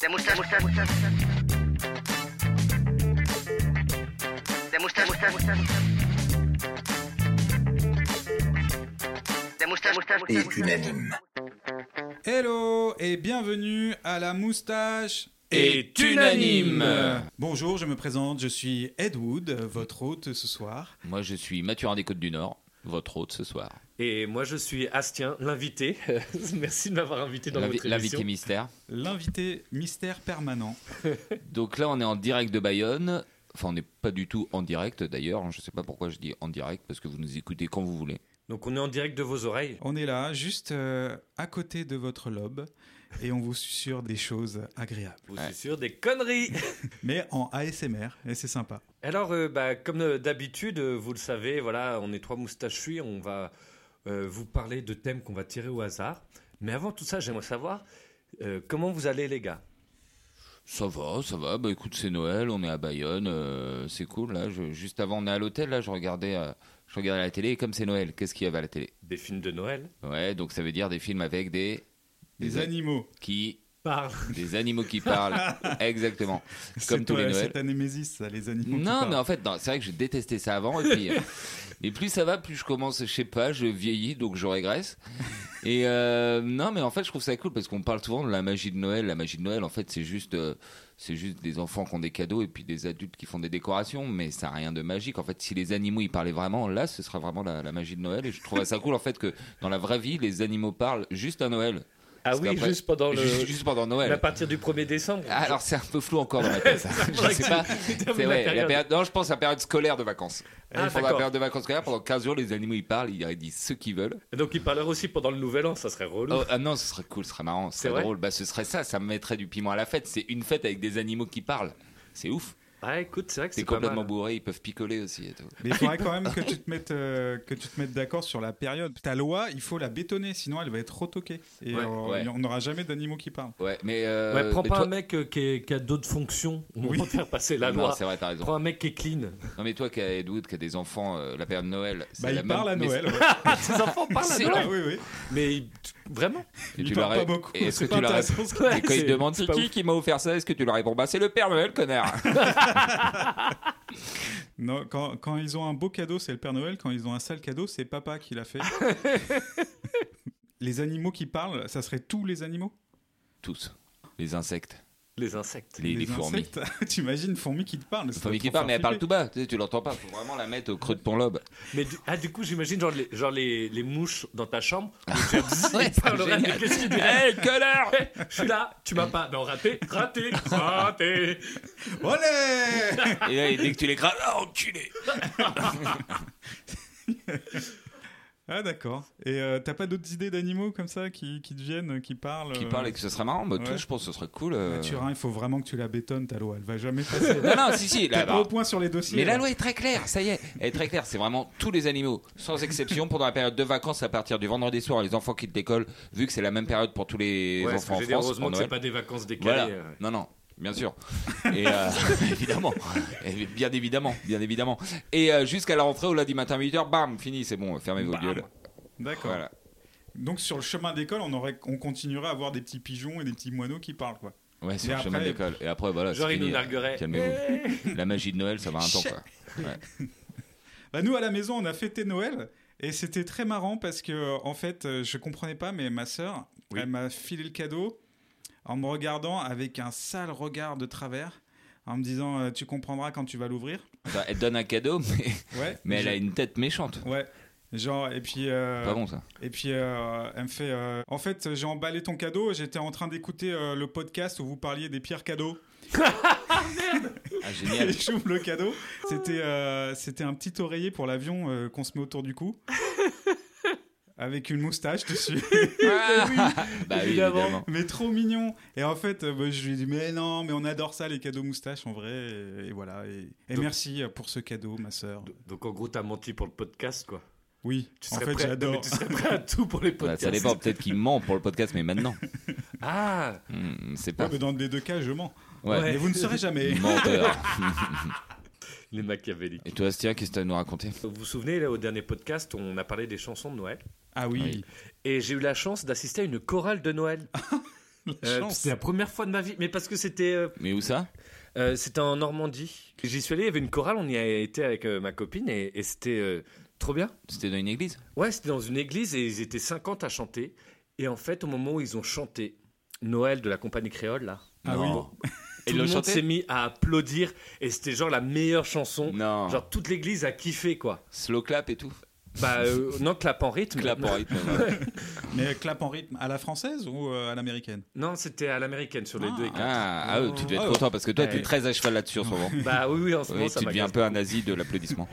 Des moustaches, moustaches, moustaches. Des moustaches, moustaches, moustaches. Des moustaches, moustaches, et moustaches. unanime. Hello et bienvenue à la moustache Est unanime. Bonjour, je me présente, je suis Ed Wood, votre hôte ce soir. Moi, je suis Mathurin des Côtes du Nord, votre hôte ce soir. Et moi, je suis Astien, l'invité. Merci de m'avoir invité dans L'invi- votre L'invité émission. mystère. L'invité mystère permanent. Donc là, on est en direct de Bayonne. Enfin, on n'est pas du tout en direct d'ailleurs. hein. Je ne sais pas pourquoi je dis en direct, parce que vous nous écoutez quand vous voulez. Donc, on est en direct de vos oreilles. On est là, juste euh, à côté de votre lobe, et on vous susurre des choses agréables. Vous Ouais. suis sûr des conneries. Mais en ASMR, et c'est sympa. Alors, euh, bah, comme euh, d'habitude, euh, vous le savez, voilà, on est trois moustachus. On va euh, vous parler de thèmes qu'on va tirer au hasard. Mais avant tout ça, j'aimerais savoir euh, comment vous allez, les gars. Ça va, ça va. Bah écoute, c'est Noël, on est à Bayonne, euh, c'est cool. Là, Je- juste avant, on est à l'hôtel. Là, je regardais, euh, je regardais la télé. Et comme c'est Noël, qu'est-ce qu'il y avait à la télé Des films de Noël Ouais, donc ça veut dire des films avec des Les animaux. qui, Parle. des animaux qui parlent. Exactement. C'est Comme tous toi, les Noëls. C'est ta némésis, ça, les animaux. qui Non, parlent. mais en fait, non, c'est vrai que je détestais ça avant. Et puis, euh, et plus ça va, plus je commence, je sais pas, je vieillis, donc je régresse. Et euh, non, mais en fait, je trouve ça cool parce qu'on parle souvent de la magie de Noël. La magie de Noël, en fait, c'est juste, euh, c'est juste des enfants qui ont des cadeaux et puis des adultes qui font des décorations, mais ça n'a rien de magique. En fait, si les animaux ils parlaient vraiment, là, ce sera vraiment la, la magie de Noël. Et je trouverais ça cool, en fait, que dans la vraie vie, les animaux parlent juste à Noël. Ah Parce oui, qu'après- juste pendant le. Juste, juste pendant Noël. Ah, À partir du 1er décembre. Alors c'est un peu flou encore dans ma tête. je faudrait sais que pas. tu- tu C'est termines ouais, la la période. période- Non, je pense à la période scolaire de Ah, vacances. Eh, pendant la d'accord. période de vacances scolaires, pendant 15 jours, les animaux ils parlent, ils disent ce qu'ils veulent. Donc, ils parleraient aussi pendant le nouvel an, ça serait relou. Oh, ah non, ce serait cool, ce serait marrant, ce C'est serait vrai drôle. Bah ce serait ça, ça me mettrait du piment à la fête. C'est une fête avec des animaux qui parlent. C'est ouf. Ah, écoute, c'est vrai que T'es c'est pas complètement mal. bourré, ils peuvent picoler aussi et tout. Mais il faudrait quand même que tu te mettes, euh, que tu te mettes d'accord sur la période. Ta loi, il faut la bétonner, sinon elle va être retoquée. Et Ouais, on ouais. on n'aura jamais d'animaux qui parlent. Ouais, mais euh, ouais, prends mais pas toi- un mec euh, qui, est- qui a d'autres fonctions Oui. pour faire passer la Non, loi. c'est vrai, t'as raison. Prends un mec qui est clean. Non mais toi qui as Edwood, qui a des enfants, euh, la période de Noël, c'est Bah, la il même- parle à mais- Noël. ouais. Ses enfants parlent à C'est Noël. Ah oui, oui. Mais il- vraiment Et Il tu parle leur- pas beaucoup. et Est-ce C'est que pas tu leur intéressant. réponds Ouais, Et quand c'est- ils demandent c'est c'est pas qui qui m'a offert ça, est-ce que tu leur réponds bah c'est le Père Noël, connard. Non, quand, quand ils ont un beau cadeau, c'est le Père Noël. Quand ils ont un sale cadeau, c'est papa qui l'a fait. les animaux qui parlent, ça serait tous les animaux Tous. Les insectes, les insectes. les, les fourmis. insectes. T'imagines une fourmi qui te parle Les fourmis qui parlent, mais elle parle tout bas. Tu, sais, tu l'entends pas. Faut vraiment la mettre au creux de ton lobe. Mais du, ah, du coup, j'imagine genre, les, genre les, les mouches dans ta chambre. Ouais, Ils parleraient, génial. mais qu'est-ce qu'ils diraient Hey, connard Je suis là, tu m'as pas. Non, raté, raté, raté. Olé Et là, et dès que tu les crames, ah, enculé Ah d'accord. Et euh, t'as pas d'autres idées d'animaux comme ça qui, qui te viennent, qui parlent Qui euh, parle et que ce serait marrant. Bah, Ouais. toi, je pense que ce serait cool. euh. Mathurin, hein, il faut vraiment que tu la bétonnes, ta loi. Elle va jamais passer. Non, non, si, si. T'es Là, pas au bah, point sur les dossiers. Mais la là. loi est très claire, ça y est, elle est très claire. C'est vraiment tous les animaux, sans exception, pendant la période de vacances à partir du vendredi soir, les enfants qui te décollent, vu que c'est la même période pour tous les Ouais, ce que enfants en j'ai dit, France. heureusement pour que c'est Noël. pas des vacances Voilà. décalées. euh. Non, non. Bien sûr. Et euh, évidemment. Et bien évidemment. Bien évidemment. Et euh, jusqu'à la rentrée au lundi matin 8h, bam, fini, c'est bon, fermez vos Bam. gueules. D'accord. Voilà. Donc sur le chemin d'école, on aurait, on continuerait à avoir des petits pigeons et des petits moineaux qui parlent quoi. Ouais, Et sur le chemin après- d'école. Et après, voilà. Genre, c'est ils fini. nous nargueraient. Calmez-vous. La magie de Noël, ça va un temps, quoi. Bah nous à la maison, on a fêté Noël et c'était très marrant parce que euh, en fait, euh, je comprenais pas, mais ma sœur, Oui. elle m'a filé le cadeau en me regardant avec un sale regard de travers, en me disant euh, tu comprendras quand tu vas l'ouvrir. Enfin, elle donne un cadeau, mais, Ouais. mais elle Je- a une tête méchante. Ouais. Genre et puis. euh, Pas bon, ça. Ah, Et puis, euh, elle me fait euh, En fait, j'ai emballé ton cadeau. J'étais en train d'écouter euh, le podcast où vous parliez des pires cadeaux. Ah, Et génial. j'ouvre le cadeau. C'était euh, c'était un petit oreiller pour l'avion euh, qu'on se met autour du cou. Avec une moustache dessus. Ah, bah oui, évidemment. évidemment. mais trop mignon. Et en fait, euh, bah, je lui ai dit Mais non, mais on adore ça, les cadeaux moustaches, en vrai. Et, et voilà. Et, et Donc- merci euh, pour ce cadeau, ma sœur. Donc, en gros, t'as menti pour le podcast, quoi. Oui, Tu en serais fait, prêt- non, mais j'adore. tu serais prêt à tout pour les Bah, podcasts. ça dépend, peut-être qu'il ment pour le podcast, mais maintenant. Ah, Hmm, c'est Ouais, pas. mais dans les deux cas, je mens. Ouais. Mais vous ne saurez jamais. Menteur. les machiavéliques. Et toi, Astia, qu'est-ce que t'as à nous raconter Vous vous souvenez, là, au dernier podcast, on a parlé des chansons de Noël. Ah oui, Oui. Ah, Et j'ai eu la chance d'assister à une chorale de Noël. Euh, chance. c'est la première fois de ma vie, mais parce que c'était euh, Mais où ça euh, c'était en Normandie. J'y suis allé, il y avait une chorale, on y a été avec euh, ma copine et, et c'était euh, trop bien. C'était dans une église Ouais, c'était dans une église et ils étaient 50 à chanter. Et en fait, au moment où ils ont chanté Noël de la compagnie créole, là, Ah oui. Non. tout Ils le l'ont monde s'est chanté mis à applaudir et c'était genre la meilleure chanson. Non. Genre toute l'église a kiffé quoi. Slow clap et tout. Bah euh, non, clap en rythme. Clap en rythme. ouais. Mais clap en rythme à la française ou euh, à l'américaine Non, c'était à l'américaine sur les Ah. deux. écarts. Ah, ah oui, tu devais être content parce que toi, tu es très à cheval là-dessus en ce moment. Bah oui, oui, en ce moment Oui, Oh. ça tu deviens un m'agace. peu un nazi de l'applaudissement.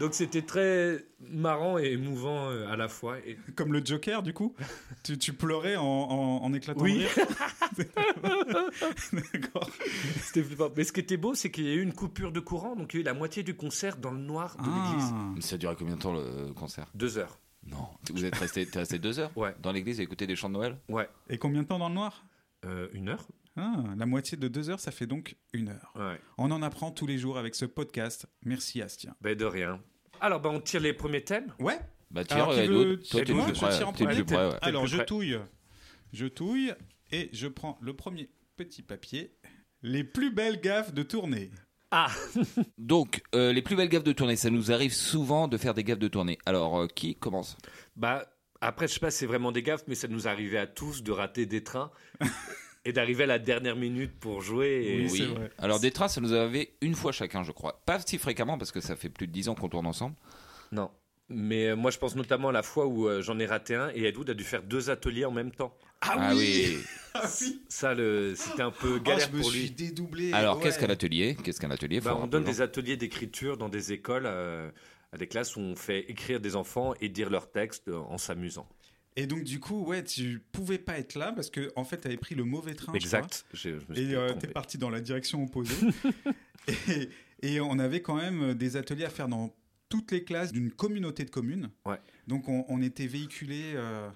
Donc c'était très marrant et émouvant euh, à la fois. Et... Comme le Joker, du coup tu, tu pleurais en, en, en éclatant de Oui. rire D'accord. C'était flippant. Mais ce qui était beau, c'est qu'il y a eu une coupure de courant, donc il y a eu la moitié du concert dans le noir de l'église. Ah. Mais Ça a duré combien de temps le concert Deux heures. Non. Vous êtes resté, t'es resté deux heures Ouais. dans l'église à écouter des chants de Noël Ouais. Et combien de temps dans le noir Euh, une heure Ah, La moitié de deux heures, ça fait donc une heure. Ouais. On en apprend tous les jours avec ce podcast. Merci Astien. Ben de rien. Alors, ben on tire les premiers thèmes. Ouais Bah tire, Alors, qui euh, veut- Edouard, toi Eh t'es le ben, plus je près, tire en t'es le premier, plus près, ouais. T'es Alors plus je près. touille. Je touille et je prends le premier petit papier. Les plus belles gaffes de tournée. Ah Donc, euh, les plus belles gaffes de tournée, ça nous arrive souvent de faire des gaffes de tournée. Alors, euh, qui commence Bah, après, je sais pas, c'est vraiment des gaffes, mais ça nous arrivait à tous de rater des trains et d'arriver à la dernière minute pour jouer. Et... Oui, c'est vrai. Alors, des traces, ça nous avait une fois chacun, je crois. Pas si fréquemment, parce que ça fait plus de 10 ans qu'on tourne ensemble. Non. Mais euh, moi, je pense notamment à la fois où euh, j'en ai raté un et Edwood a dû faire deux ateliers en même temps. Ah oui Ça, le... c'était un peu Ah, galère Je me pour suis lui. dédoublé. Alors, ouais. qu'est-ce qu'un atelier Qu'est-ce qu'un atelier Faut Bah, on rappeler donne aux gens. des ateliers d'écriture dans des écoles, euh, à des classes où on fait écrire des enfants et dire leurs textes euh, en s'amusant. Ah, Et donc du coup, ouais, tu pouvais pas être là parce que en fait, t'avais pris le mauvais train. je crois. Exact. Je- je me suis Et euh, trompé. t'es parti dans la direction opposée. et, et on avait quand même euh, des ateliers à faire dans toutes les classes d'une communauté de communes. Ouais. Donc on, on était véhiculés euh,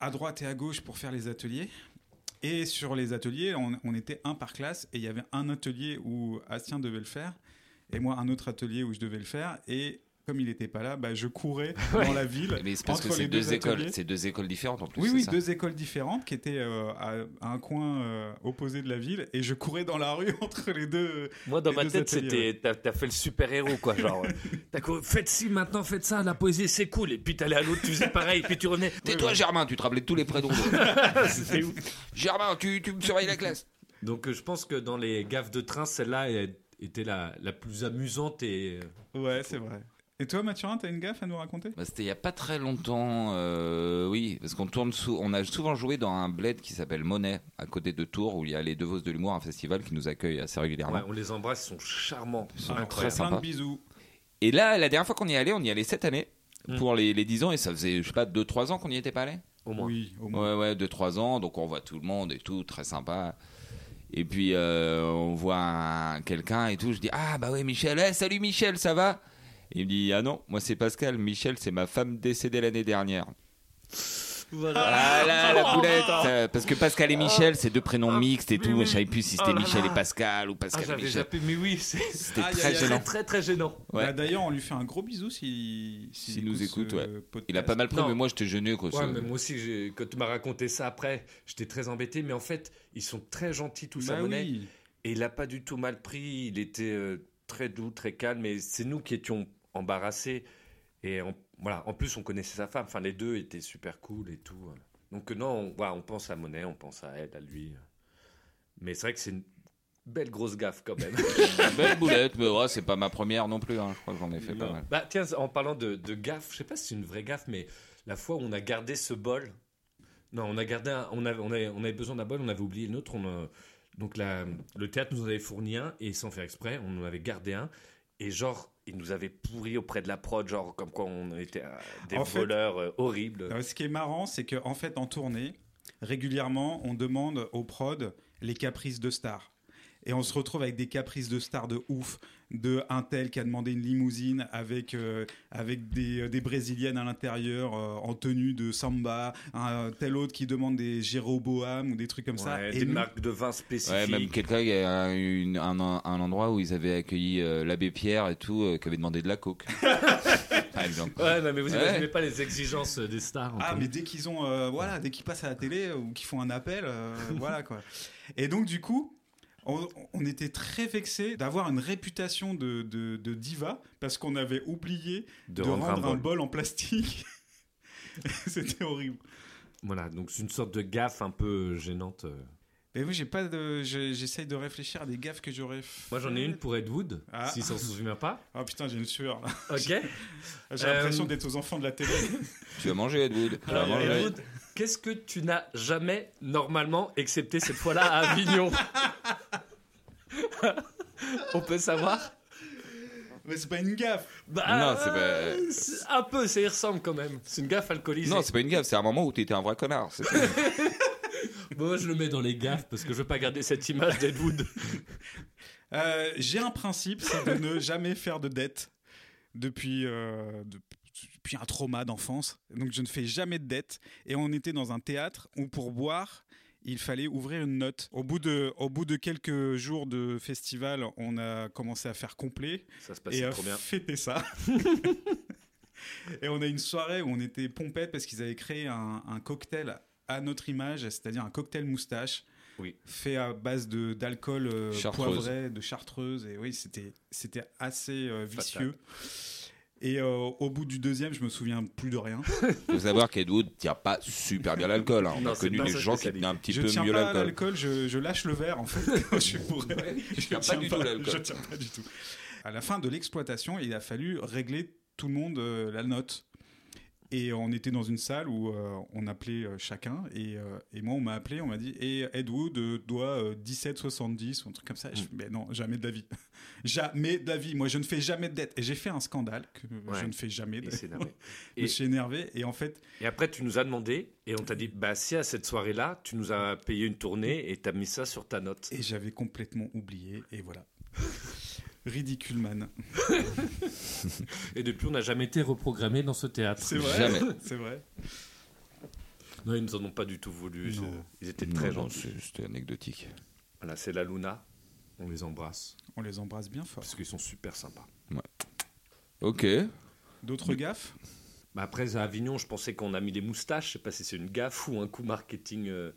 à droite et à gauche pour faire les ateliers. Et sur les ateliers, on, on était un par classe et il y avait un atelier où Astien devait le faire et moi un autre atelier où je devais le faire. Et comme il n'était pas là, bah, je courais dans la ville. Mais c'est parce entre que les c'est deux, écoles, ateliers. c'est deux écoles différentes en plus. Oui, c'est oui, ça deux écoles différentes qui étaient euh, à, à un coin euh, opposé de la ville et je courais dans la rue entre les deux. Moi, dans Les ma deux tête, ateliers, c'était t'as t'as fait le super héros, quoi. Genre, euh, t'as couru, faites ci maintenant, faites ça, la poésie, c'est cool. Et puis t'allais à l'autre, tu faisais pareil, puis tu revenais. Tais-toi, Germain, tu te rappelais de tous les prénoms. C'était ouf. Germain, tu, tu me surveilles la classe. Donc, euh, je pense que dans les gaffes de train, celle-là elle était la, la plus amusante et. euh, Ouais, c'est vrai. Et toi, Mathurin, t'as une gaffe à nous raconter Bah, C'était il n'y a pas très longtemps, euh, oui, parce qu'on tourne sous, on a souvent joué dans un bled qui s'appelle Monet, à côté de Tours, où il y a les Deux Vosses de l'Humour, un festival qui nous accueille assez régulièrement. ouais, on les embrasse, ils sont charmants. Ils sont Ah, incroyables. Plein Sympa. de bisous. Et là, la dernière fois qu'on y allait, on y allait cette année, Mm. pour les, les 10 ans, et ça faisait, je sais pas, 2-3 ans qu'on n'y était pas allé Au moins. Oui, au moins. Ouais, ouais, 2-3 ans, donc on voit tout le monde et tout, très sympa. Et puis euh, on voit un- quelqu'un et tout, je dis Ah bah ouais, Michel, Eh, salut Michel, ça va Il me dit Ah non, moi c'est Pascal, Michel, c'est ma femme décédée l'année dernière. Voilà. Oh, la boulette Euh, Parce que Pascal et Michel, c'est deux prénoms mixtes et tout, je savais plus si c'était Ah. Oh là Michel là. et Pascal ou Ah, Pascal et j'avais Michel. zappé, mais oui, c'est C'était Aïe, très aïe, aïe. c'est gênant. très très gênant. Ouais. Bah, D'ailleurs, on lui fait un gros bisou s'il si, S'il nous écoute, ouais. Il a pas mal pris, Non. mais moi j'étais gêné quoi. Ouais, ça- mais moi aussi, j'ai- quand tu m'as raconté ça après, j'étais très embêté, mais en fait, ils sont très gentils tous à Bah Monet. oui. Et il n'a pas du tout mal pris, il était euh, très doux, très calme, et c'est nous qui étions embarrassés. Et en, voilà, en plus, on connaissait sa femme, enfin, les deux étaient super cool et tout. Donc, euh, non, on, voilà, on pense à Monet, on pense à elle, à lui. Mais c'est vrai que c'est une belle grosse gaffe quand même. Belle boulette, mais ouais, c'est pas ma première non plus, hein. je crois que j'en ai fait pas Non. mal. bah, tiens, en parlant de, de gaffe, je sais pas si c'est une vraie gaffe, mais la fois où on a gardé ce bol, non, on a gardé, un- on, avait, on, avait, on avait besoin d'un bol, on avait oublié le nôtre. On a- donc la- le théâtre nous en avait fourni un et sans faire exprès, on en avait gardé un et genre il nous avait pourri auprès de la prod, genre comme quoi on était euh, des En fait- voleurs euh, horribles. Euh, ce qui est marrant, c'est qu'en en fait, en tournée, régulièrement, on demande aux prods les caprices de stars. Et on se retrouve avec des caprices de stars de ouf, de un tel qui a demandé une limousine avec, euh, avec des, des brésiliennes à l'intérieur euh, en tenue de samba, un tel autre qui demande des Jéroboam ou des trucs comme ça. Ouais, Et des nous- marques de vin Ouais, spécifiques. même quelqu'un qui a un, une- un, un endroit où ils avaient accueilli euh, l'abbé Pierre et tout, euh, qui avait demandé de la coke. Par exemple. Ouais, non, mais vous Ouais. imaginez pas les exigences euh, des stars. Ah, Antoine. mais dès qu'ils ont, euh, voilà, dès qu'ils passent à la télé euh, ou qu'ils font un appel, euh, voilà quoi. Et donc du coup, on, on était très vexés d'avoir une réputation de, de, de diva parce qu'on avait oublié de, rendre, un, bol. en plastique. C'était horrible. Voilà, donc c'est une sorte de gaffe un peu gênante. euh. Mais oui, j'ai pas de, j'ai- j'essaye de réfléchir à des gaffes que j'aurais. Moi, j'en ai une pour Ed Wood, Ah. s'il s'en souvient pas. Ah putain, j'ai une sueur. là. Ok. J'ai Euh, l'impression d'être aux enfants de la télé. Tu vas manger, Ed Wood. Tu vas Alors, Ah, manger. Ed Wood, qu'est-ce que tu n'as jamais normalement, excepté cette fois-là à Avignon On peut savoir Mais c'est pas une gaffe. Non, c'est pas- euh, c'est Un peu, ça y ressemble quand même. C'est une gaffe alcoolisée. Non, c'est pas une gaffe, c'est un moment où t'étais un vrai connard. c'est- Bon, moi, je le mets dans les gaffes parce que je veux pas garder cette image d'Ed Wood. Euh, j'ai un principe, c'est de ne jamais faire de dette depuis, euh, de- depuis un trauma d'enfance. Donc je ne fais jamais de dette. Et on était dans un théâtre où pour boire, il fallait ouvrir une note. Au bout de, au bout de quelques jours de festival, on a commencé à faire complet Ça Bah, se et passait à trop bien. fêter ça. et on a une soirée où on était pompettes parce qu'ils avaient créé un, un cocktail à notre image, c'est-à-dire un cocktail moustache. Oui. Fait à base de d'alcool euh, Chartreuse. poivré, de chartreuse. Et oui, c'était c'était assez euh, vicieux. Et euh, au bout du deuxième, je me souviens plus de rien. Faut savoir qu'Ed Wood tient pas super bien l'alcool. hein. On Non, a c'est connu pas des sa gens qui spécialité. tenaient un petit je peu tiens mieux pas à l'alcool. l'alcool, je, je lâche le verre en fait quand je suis bourré. je tiens pas du tout l'alcool. Je tiens pas du tout. À la fin de l'exploitation, il a fallu régler tout le monde euh, la note. Et on était dans une salle où euh, on appelait euh, chacun. Et, euh, et moi, on m'a appelé, on m'a dit Et Ed Wood euh, doit euh, 17,70 ou un truc comme ça. Je fais, Mais non, jamais d'avis. jamais d'avis. Moi, je ne fais jamais de dette. Et j'ai fait un scandale que je Ouais. ne fais jamais de Il s'est énervé. Je me suis énervé. Et en fait, Et après, tu nous as demandé, et on t'a dit, bah si à cette soirée-là, tu nous as payé une tournée et t'as mis ça sur ta note. Et j'avais complètement oublié, et voilà. Ridicule man. Et depuis, on n'a jamais été reprogrammé dans ce théâtre. C'est vrai. Jamais. C'est vrai. Non, ils nous en ont pas du tout voulu. Non. euh, Ils étaient Non, très non, gentils. c'est- C'était anecdotique. Voilà, c'est la Luna. On les embrasse On les embrasse bien fort. parce qu'ils sont super sympas. Ok. D'autres gaffes Bah, après, à Avignon, je pensais qu'on a mis des moustaches. Je sais pas si c'est une gaffe ou un coup marketing euh,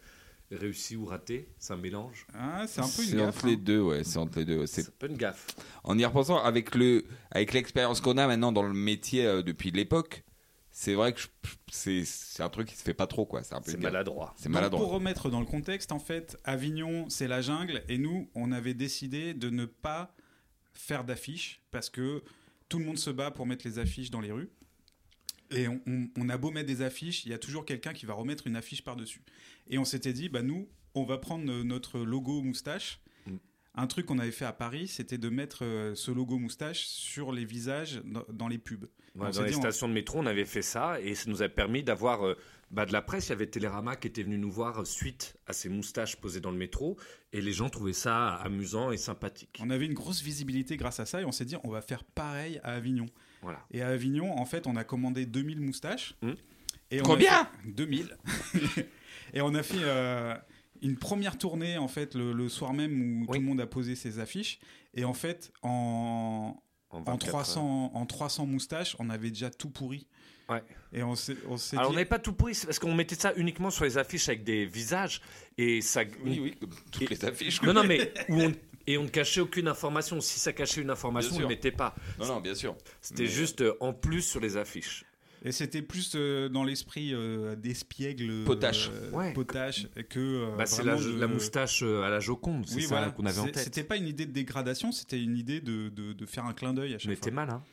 réussi ou raté. C'est un mélange. Hein, C'est un peu une C'est gaffe. entre les hein. deux, ouais. C'est entre les deux. ouais. C'est- C'est pas une gaffe. En y repensant, avec le, avec l'expérience qu'on a maintenant dans le métier euh, depuis l'époque, c'est vrai que je- c'est, c'est un truc qui se fait pas trop, quoi. C'est un peu C'est une galère. maladroit. C'est Donc, maladroit. pour remettre dans le contexte, en fait, Avignon, c'est la jungle, et nous, on avait décidé de ne pas faire d'affiches parce que tout le monde se bat pour mettre les affiches dans les rues. Et on, on- on a beau mettre des affiches, il y a toujours quelqu'un qui va remettre une affiche par-dessus. Et on s'était dit, bah nous, on va prendre euh, notre logo moustache. Mm. Un truc qu'on avait fait à Paris, c'était de mettre euh, ce logo moustache sur les visages dans- dans les pubs. Ouais, On dans s'est les dit, on- stations de métro, on avait fait ça et ça nous a permis d'avoir euh, bah, de la presse. Il y avait Télérama qui était venu nous voir euh, suite à ces moustaches posées dans le métro et les gens trouvaient ça amusant et sympathique. On avait une grosse visibilité grâce à ça et on s'est dit on va faire pareil à Avignon. Voilà. Et à Avignon, en fait, on a commandé 2000 moustaches. Hmm. Et on a Combien fait- 2000. et on a fait euh, une première tournée, en fait, le, le soir même où tout Oui. le monde a posé ses affiches. Et en fait, en, en, 24 heures. 300, en 300 moustaches, on avait déjà tout pourri. Ouais. Et on s'est on s'est Alors on dit... n'avait pas tout pourri c'est parce qu'on mettait ça uniquement sur les affiches avec des visages et ça. Oui, oui, comme toutes les affiches. quoi. Non, non, mais où on- et on ne cachait aucune information. Si ça cachait une information, Bien on ne sûr. mettait pas. Non, non, bien sûr. C'était Mais- juste euh, en plus sur les affiches. Et c'était plus euh, dans l'esprit euh, d'espiègle. euh, Potache. Ouais. Potache que. euh, Bah, c'est la, vraiment de- la moustache euh, à la Joconde, c'est Oui, ça voilà. qu'on avait en C'est- tête. C'était pas une idée de dégradation, c'était une idée de, de- de faire un clin d'œil à chaque Mais fois. t'es malin.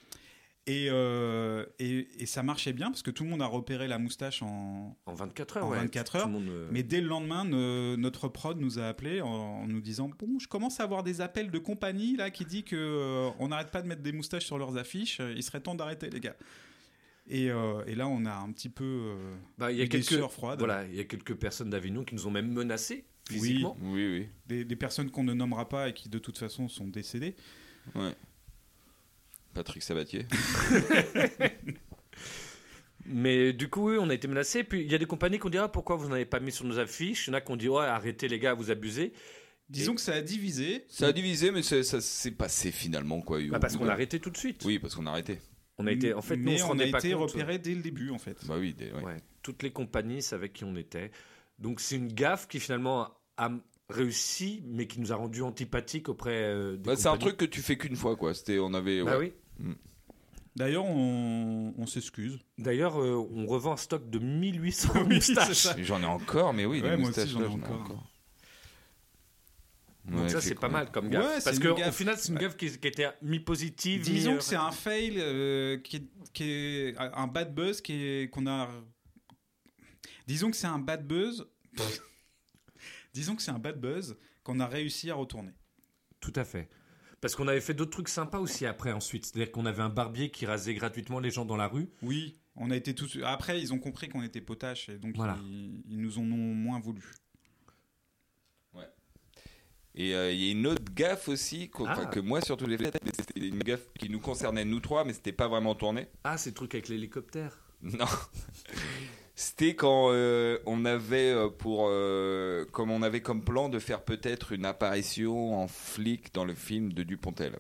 Et, euh, et, et ça marchait bien parce que tout le monde a repéré la moustache en. En 24 heures, En ouais. 24 Tout le heures. monde, euh, Mais dès le lendemain, ne- notre prod nous a appelé en, en nous disant bon, je commence à avoir des appels de compagnie là qui dit que euh, on n'arrête pas de mettre des moustaches sur leurs affiches. euh, Il serait temps d'arrêter les gars. Et, euh, et là, on a un petit peu euh, Bah, il y a eu des quelques sueurs froides, voilà, il y a quelques personnes d'Avignon qui nous ont même menacés physiquement. Oui, oui. des, des personnes qu'on ne nommera pas et qui de toute façon sont décédées. Ouais. Patrick Sabatier. Mais du coup, oui, on a été menacés. Puis il y a des compagnies qui ont dit ah, pourquoi vous n'avez pas mis sur nos affiches. Il y en a qui ont dit ouais, arrêtez les gars, vous abusez. Disons que ça a divisé. Ça a divisé, mais c'est- ça s'est passé finalement, quoi. Bah, parce qu'on a a arrêté tout de suite. Oui, parce qu'on a arrêté. On a été, en fait, nous, on mais se on, a rendait pas été compte. euh, repérés dès le début, en fait. Bah oui, des- ouais. Ouais. Toutes les compagnies savaient qui on était. Donc c'est une gaffe qui finalement a réussi, mais qui nous a rendu antipathiques auprès euh, des Bah, c'est un compagnies. truc que tu fais qu'une fois, quoi. C'était, on avait. Bah ouais. oui. D'ailleurs, on, on s'excuse. D'ailleurs, euh, on revend un stock de 1800 Oui, c'est moustaches. ça. Et J'en ai encore, mais oui, Ouais, des moi moustaches, aussi, j'en ai là, encore. Donc Ouais, ça, c'est pas combien mal comme Ouais, gaffe. c'est Parce une qu'au gaffe. final, c'est une gaffe qui, qui était mi-positive. Disons mi- que c'est un fail euh, qui, est, qui est- un bad buzz qui est qu'on a. Disons que c'est un bad buzz. Disons que c'est un bad buzz qu'on a réussi à retourner. Tout à fait. Parce qu'on avait fait d'autres trucs sympas aussi après, ensuite. C'est-à-dire qu'on avait un barbier qui rasait gratuitement les gens dans la rue. Oui, on a été tous. Après, ils ont compris qu'on était potache et donc Voilà. ils, ils nous en ont moins voulu. Et euh, il y a une autre gaffe aussi, qu'on- Ah. enfin, que moi surtout j'ai faite, mais c'était une gaffe qui nous concernait nous trois, mais c'était pas vraiment tourné. Ah, ces trucs avec l'hélicoptère. Non. C'était quand euh, on avait euh, pour euh, comme on avait comme plan de faire peut-être une apparition en flic dans le film de Dupontel,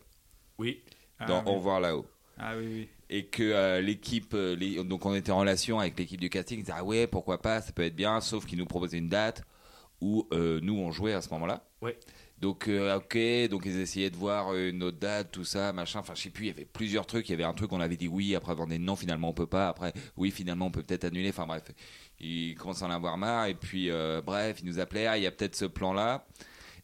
Oui. dans ah, Au oui. revoir là-haut. Ah oui, oui. et que euh, l'équipe euh, les- donc on était en relation avec l'équipe du casting ils disaient ah ouais pourquoi pas ça peut être bien sauf qu'ils nous proposaient une date où euh, nous on jouait à ce moment-là Ouais. donc euh, ok donc ils essayaient de voir euh, une autre date tout ça machin enfin je sais plus il y avait plusieurs trucs il y avait un truc on avait dit oui après on a dit non finalement on peut pas après oui finalement on peut peut-être annuler enfin bref ils commencent à en avoir marre et puis euh, bref ils nous appelaient ah il y a peut-être ce plan là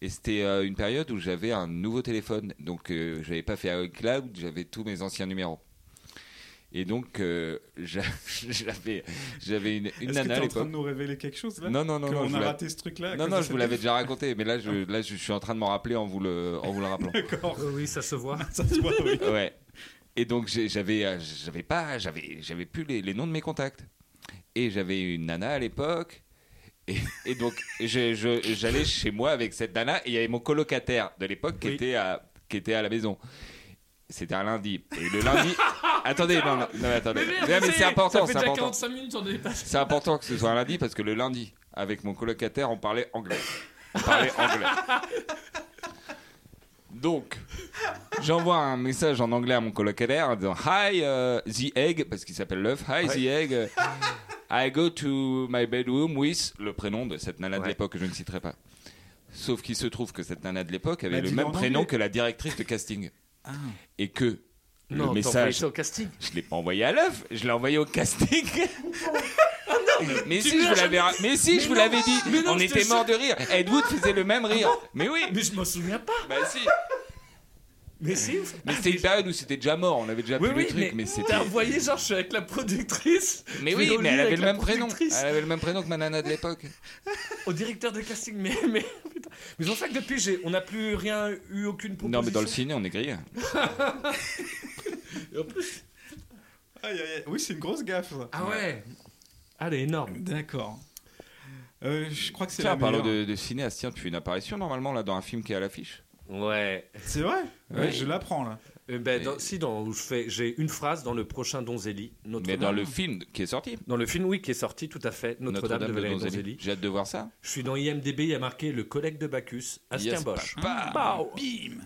et c'était euh, une période où j'avais un nouveau téléphone donc euh, j'avais pas fait iCloud j'avais tous mes anciens numéros et donc, euh, j'a- j'avais, j'avais une, Est-ce une que nana t'es à en train l'époque. de nous révéler quelque chose là Non, non, non, Qu'on non, je a vous la- raté ce truc-là. à non, cause non, de je vous cette- Ah. l'avais déjà raconté, mais là, je, là, je suis en train de m'en rappeler en vous le, en vous le rappelant. D'accord. oui, ça se voit. Ça se voit, oui. Ouais. Et donc, j'ai- j'avais, euh, j'avais pas, j'avais, j'avais plus les, les noms de mes contacts. Et j'avais une nana à l'époque. Et, et donc, je- je- j'allais chez moi avec cette nana. Et il y avait mon colocataire de l'époque qui Oui. était à, qui était à la maison. C'était un lundi. Et le lundi. attendez, non, non, non, mais attendez. Non, mais c'est important, c'est important. minutes, on est passé. C'est important que ce soit un lundi parce que le lundi, avec mon colocataire, on parlait anglais. On parlait anglais. Donc, j'envoie un message en anglais à mon colocataire en disant Hi euh, the egg, parce qu'il s'appelle l'œuf. Hi the egg. euh, I go to my bedroom with le prénom de cette nana de Ouais. l'époque que je ne citerai pas. Sauf qu'il se trouve que cette nana de l'époque avait Bah, le dis-le même en prénom anglais. que la directrice de casting. Et que Non, le message. message ça au casting. je l'ai pas envoyé à l'œuf, je l'ai envoyé au casting. mais, si, je vous l'avais, mais si, je vous l'avais dit, on était mort de rire. Ed Wood faisait le même rire. Mais oui, Mais je m'en souviens pas. bah si. Mais si. Mais c'était une période où c'était déjà mort, on avait déjà Oui, plus oui, le truc, mais, mais, c'était. t'as envoyé genre, je suis avec la productrice. Mais je vais oui, au mais lit elle avait avec le la même prénom. productrice. Elle avait le même prénom que ma nana de l'époque. au directeur de casting. Mais, mais, putain. mais c'est pour ça que depuis, j'ai- on n'a plus rien eu, aucune proposition. Non, mais dans le ciné, on est grillé. Et en plus- Aïe, aïe, aïe. Oui, c'est une grosse gaffe. ça. Ah ouais. Ah, elle est énorme. D'accord. Euh, je crois que c'est la Tiens, parlant meilleure. de, de cinéaste, tiens, tu fais une apparition normalement là dans un film qui est à l'affiche. Ouais. C'est vrai Oui. Je l'apprends là. Eh ben, Mais- dans- si, dans, où je fais, j'ai une phrase dans le prochain Donzelli. Notre Mais dans le film qui est sorti. Dans le film, oui, qui est sorti tout à fait, Notre-Dame de Valérie Donzelli. Donzelli. J'ai hâte de voir ça. Je suis dans IMDB, il y a marqué le collègue de Bacchus, Askin Yes, Bosch. papa. Pow. Bim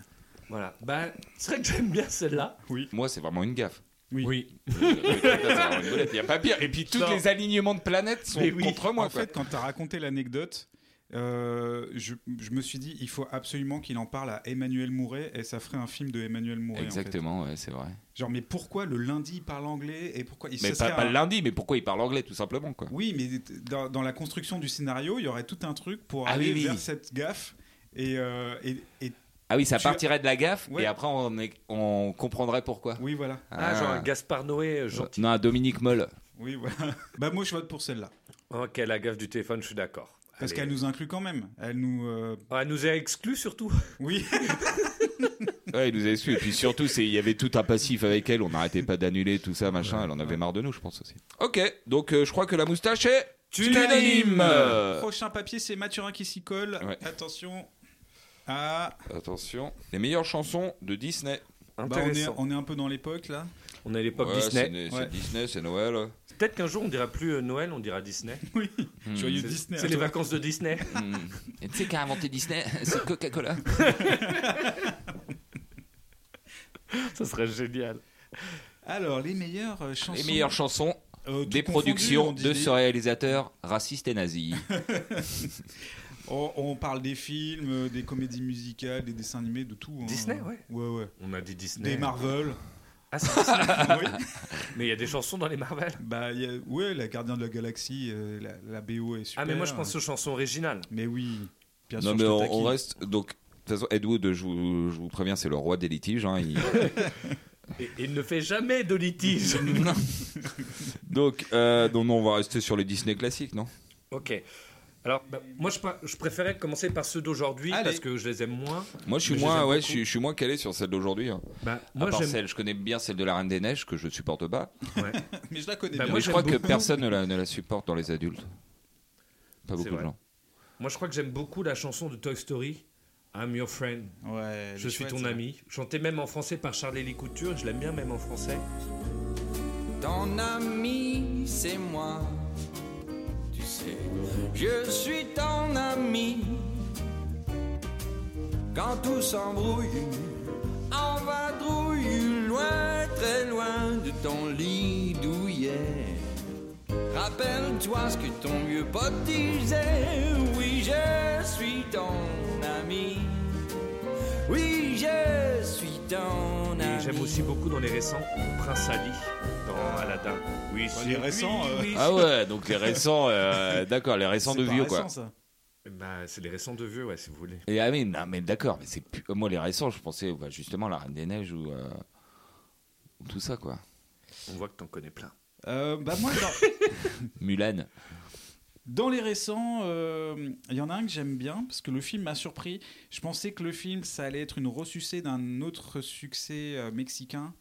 Voilà. Bah, c'est vrai que j'aime bien celle-là. Moi, c'est vraiment une gaffe. Oui. Il n'y a pas pire. Et puis tous Non. les alignements de planètes sont Mais oui. contre moi. en quoi. fait, quand t'as raconté l'anecdote, euh, je, je me suis dit, il faut absolument qu'il en parle à Emmanuel Mouret et ça ferait un film de Emmanuel Mouret. en fait. Exactement, ouais, c'est vrai. Genre, mais pourquoi le lundi il parle anglais et pourquoi il ça Mais pas, serait pas un- le lundi, mais pourquoi il parle anglais tout simplement quoi. Oui, mais t- dans, dans la construction du scénario, il y aurait tout un truc pour Ah aller oui, oui. vers cette gaffe et, euh, et, et- Ah oui, ça Tu- partirait de la gaffe Ouais. et après on, est- on comprendrait pourquoi. oui voilà, Ah, genre un Gaspard Noé, euh, gentil. Non, un Dominique Moll. oui voilà. bah moi je vote pour celle-là Ok, la gaffe Oh, du téléphone, je suis d'accord. parce Allez. qu'elle nous inclut quand même. Elle nous euh, Ah, Elle nous a exclus surtout. oui Ouais, il nous avait su. Et puis surtout, c'est- il y avait tout un passif avec elle. On n'arrêtait pas d'annuler tout ça, machin. elle en avait marre de nous, je pense aussi. Ok, donc euh, je crois que la moustache est unanime. Prochain papier, c'est Mathurin qui s'y colle. Ouais. Attention. Ah, Attention, les meilleures chansons de Disney. bah, on, est, Intéressant. on est un peu dans l'époque là. on est à l'époque Ouais, Disney. c'est- C'est Ouais. Disney, c'est Noël. Peut-être qu'un jour on dira plus euh, Noël, on dira Disney. Oui, Hmm. joyeux C'est- Disney. hein. C'est les vacances de Disney. Hmm. Et Tu sais qui a inventé Disney C'est Coca-Cola. Ça serait génial. Alors, les meilleures euh, chansons. Les meilleures chansons Euh, tout des confondu, productions on dit de les- ce réalisateur raciste et nazi. On, on parle des films, euh, des comédies musicales, des dessins animés, de tout. hein. Disney, ouais. Ouais, ouais. On a dit Disney. Des Marvel. Ah, c'est Disney. oui. mais il y a des chansons dans les Marvel. Bah, y a- ouais, la Gardien de la Galaxie, euh, la, la BO est super. Ah, mais moi je pense aux chansons originales. Mais oui. Bien sûr, non, mais je te on, taquine. on reste. Donc, de toute façon, Ed Wood, je vous, je vous préviens, c'est le roi des litiges. hein, il- Et et il ne fait jamais de litige. donc, euh, non, non, on va rester sur les Disney classiques, non ok. Alors, bah, moi je, pr- je préférais commencer par ceux d'aujourd'hui Allez. parce que je les aime moins. Moi, je suis Mais je les moins, aime ouais, je beaucoup. suis, je suis moins calé sur celle d'aujourd'hui. hein. Bah, À moi part j'aime. celle, Ah, je connais bien celle de la Reine des Neiges que je supporte pas. Ouais. Mais je la connais Bah, bien. moi, mais je crois j'aime que beaucoup. personne ne la, ne la supporte dans les adultes. Pas beaucoup de vrai. gens. Moi je crois que j'aime beaucoup la chanson de Toy Story. I'm your friend. Ouais, Je suis chouette, ton ça. ami. Chantée même en français par Charlie Couture, je l'aime bien même en français. Ton ami, c'est moi. Tu sais, je suis ton ami. Quand tout s'embrouille, en vadrouille, loin, très loin de ton lit douillet. Rappelle-toi ce que ton vieux pote disait. Oui, je suis ton ami. Oui, je suis ton Et ami. j'aime aussi beaucoup dans les récents Prince Ali dans Aladdin. Oui, Dans les récents, euh, Ah ouais, donc les récents, euh, d'accord, les récents C'est de pas vieux, quoi. récent, ça. Bah, c'est les récents de vieux, ouais, si vous voulez. Et, ah mais, non, mais d'accord, mais c'est plus... moi les récents, je pensais bah, justement à la Reine des Neiges ou euh, ou tout ça quoi. On voit que t'en connais plein. Euh, bah, moi, dans, Mulan. dans les récents, euh, il y en a un que j'aime bien parce que le film m'a surpris. Je pensais que le film, ça allait être une ressucée d'un autre succès euh, mexicain.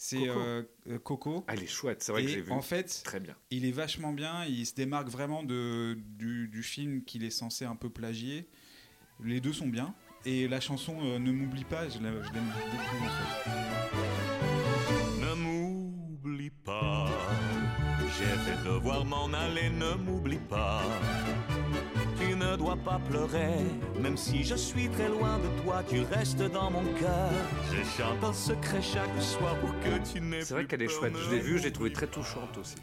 C'est Coco. euh, euh, Coco. Ah, elle est chouette, c'est vrai que j'ai Et vu. en fait, Très bien. il est vachement bien. Il se démarque vraiment de, du, du film qu'il est censé un peu plagier. Les deux sont bien. Et la chanson euh, Ne m'oublie pas, je la- je l'aime beaucoup. en fait. Ne m'oublie pas, j'ai fait devoir m'en aller, ne m'oublie pas. Tu ne dois pas pleurer, même si je suis très loin de toi, tu restes dans mon cœur. Je chante en secret chaque soir pour que tu n'aies C'est vrai plus qu'elle est peur, chouette. ne Je l'ai vue, je l'ai m'oublie trouvée très pas. touchante aussi.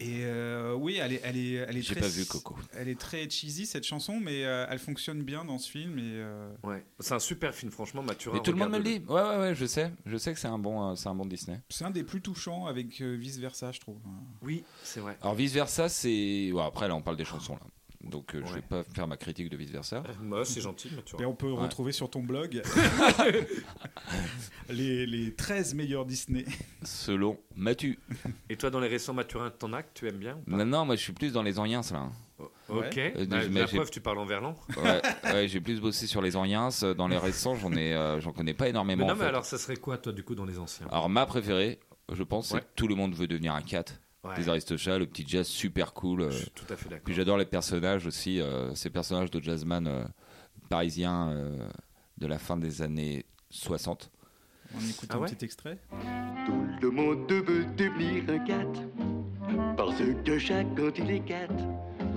Et euh, oui, elle est, elle est, elle est J'ai très- pas vu Coco. Elle est très cheesy cette chanson, mais euh, elle fonctionne bien dans ce film. Et, euh, Ouais. C'est un super film, franchement, Mathurin. Mais tout le monde me le regarde-le. dit. Ouais ouais ouais, je sais, je sais que c'est un bon euh, c'est un bon Disney. c'est un des plus touchants avec euh, vice versa, je trouve. Oui, c'est vrai. Alors vice versa, c'est ouais, après là on parle des chansons là. Donc euh, je Ouais. vais pas faire ma critique de vice versa. Moi, c'est Euh, gentil, Et Mathurin. on peut Ouais. retrouver sur ton blog les, les 13 meilleurs Disney. Selon Mathieu. Et toi, dans les récents Mathurin, t'en as que tu aimes bien Non non, moi je suis plus dans les Oriens là. Ok. Ouais. Bah, Euh, mais la j'ai- preuve, tu parles en verlan. Ouais, ouais, j'ai plus bossé sur les Oriens. Dans les récents, j'en ai euh, j'en connais pas Mais, énormément. non, en mais fait. alors, ça serait quoi, toi, du coup, dans les anciens Alors, ma préférée, je pense, Ouais. c'est Tout le monde veut devenir un cat. Ouais, Les Aristochats, le petit jazz super cool. euh, Je suis tout à fait Puis d'accord. j'adore les personnages aussi, euh, ces personnages de jazzman euh, parisiens euh, de la fin des années 60. On écoute Ah un ouais petit extrait. Tout le monde veut devenir un cat, parce que chaque quand il est cat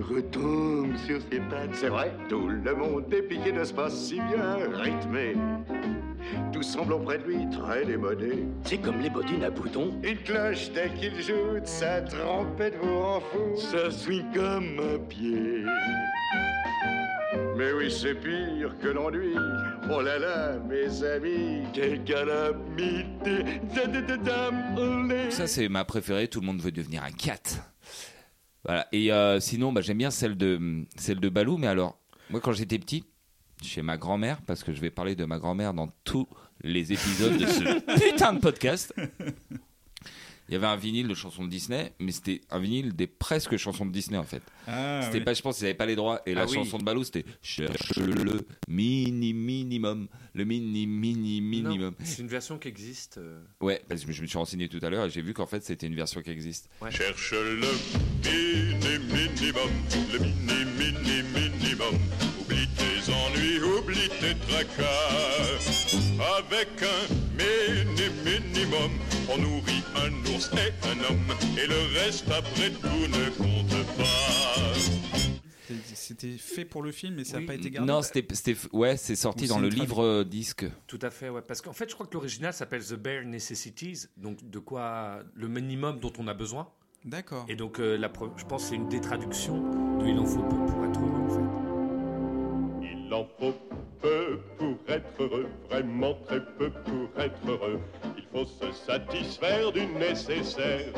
retombe sur ses pattes. C'est vrai, tout le monde est piqué de ce pas si bien rythmé. Tout semble auprès de lui très démodé. C'est comme les bottines à boutons. Une cloche dès qu'il joue, de sa trompette vous en fout. Ça swing comme un pied. Mais oui, c'est pire que l'ennui. Oh là là, mes amis, quelle calamité. Zadadadam, olé. Ça, c'est ma préférée, Tout le monde veut devenir un cat. Voilà. Et euh, sinon, bah, j'aime bien celle de, celle de Balou, mais alors, moi quand j'étais petit, chez ma grand-mère, parce que je vais parler de ma grand-mère dans tous les épisodes de ce putain de podcast. Il y avait un vinyle de chansons de Disney, mais c'était un vinyle des presque chansons de Disney en fait. Ah, c'était oui. pas, je pense, ils n'avaient pas les droits. Et la Ah oui. chanson de Balou, c'était cherche le mini minimum, le mini mini minimum. Non, C'est une version qui existe. euh, Ouais, parce que je me suis renseigné tout à l'heure et j'ai vu qu'en fait c'était une version qui existe. Cherche le mini minimum, le mini mini minimum. Oublie tes ennuis, oublie tes tracas. Euh, Avec un mini minimum, on nourrit un ours et un homme. Et le reste après tout ne compte pas. C'était- C'était fait pour le film, mais ça n'a pas été gardé. Non, c'était, c'était, ouais, c'est sorti Ou dans c'est le une livre euh, disque. Tout à fait, ouais. Parce qu'en fait, je crois que l'original s'appelle The Bare Necessities, donc de quoi le minimum dont on a besoin. D'accord. Et donc, euh, la pre- je pense que c'est une détraduction de Il en faut peu pour être heureux, en fait. Il en faut peu pour être heureux, vraiment très peu pour être heureux. Il faut se satisfaire du nécessaire.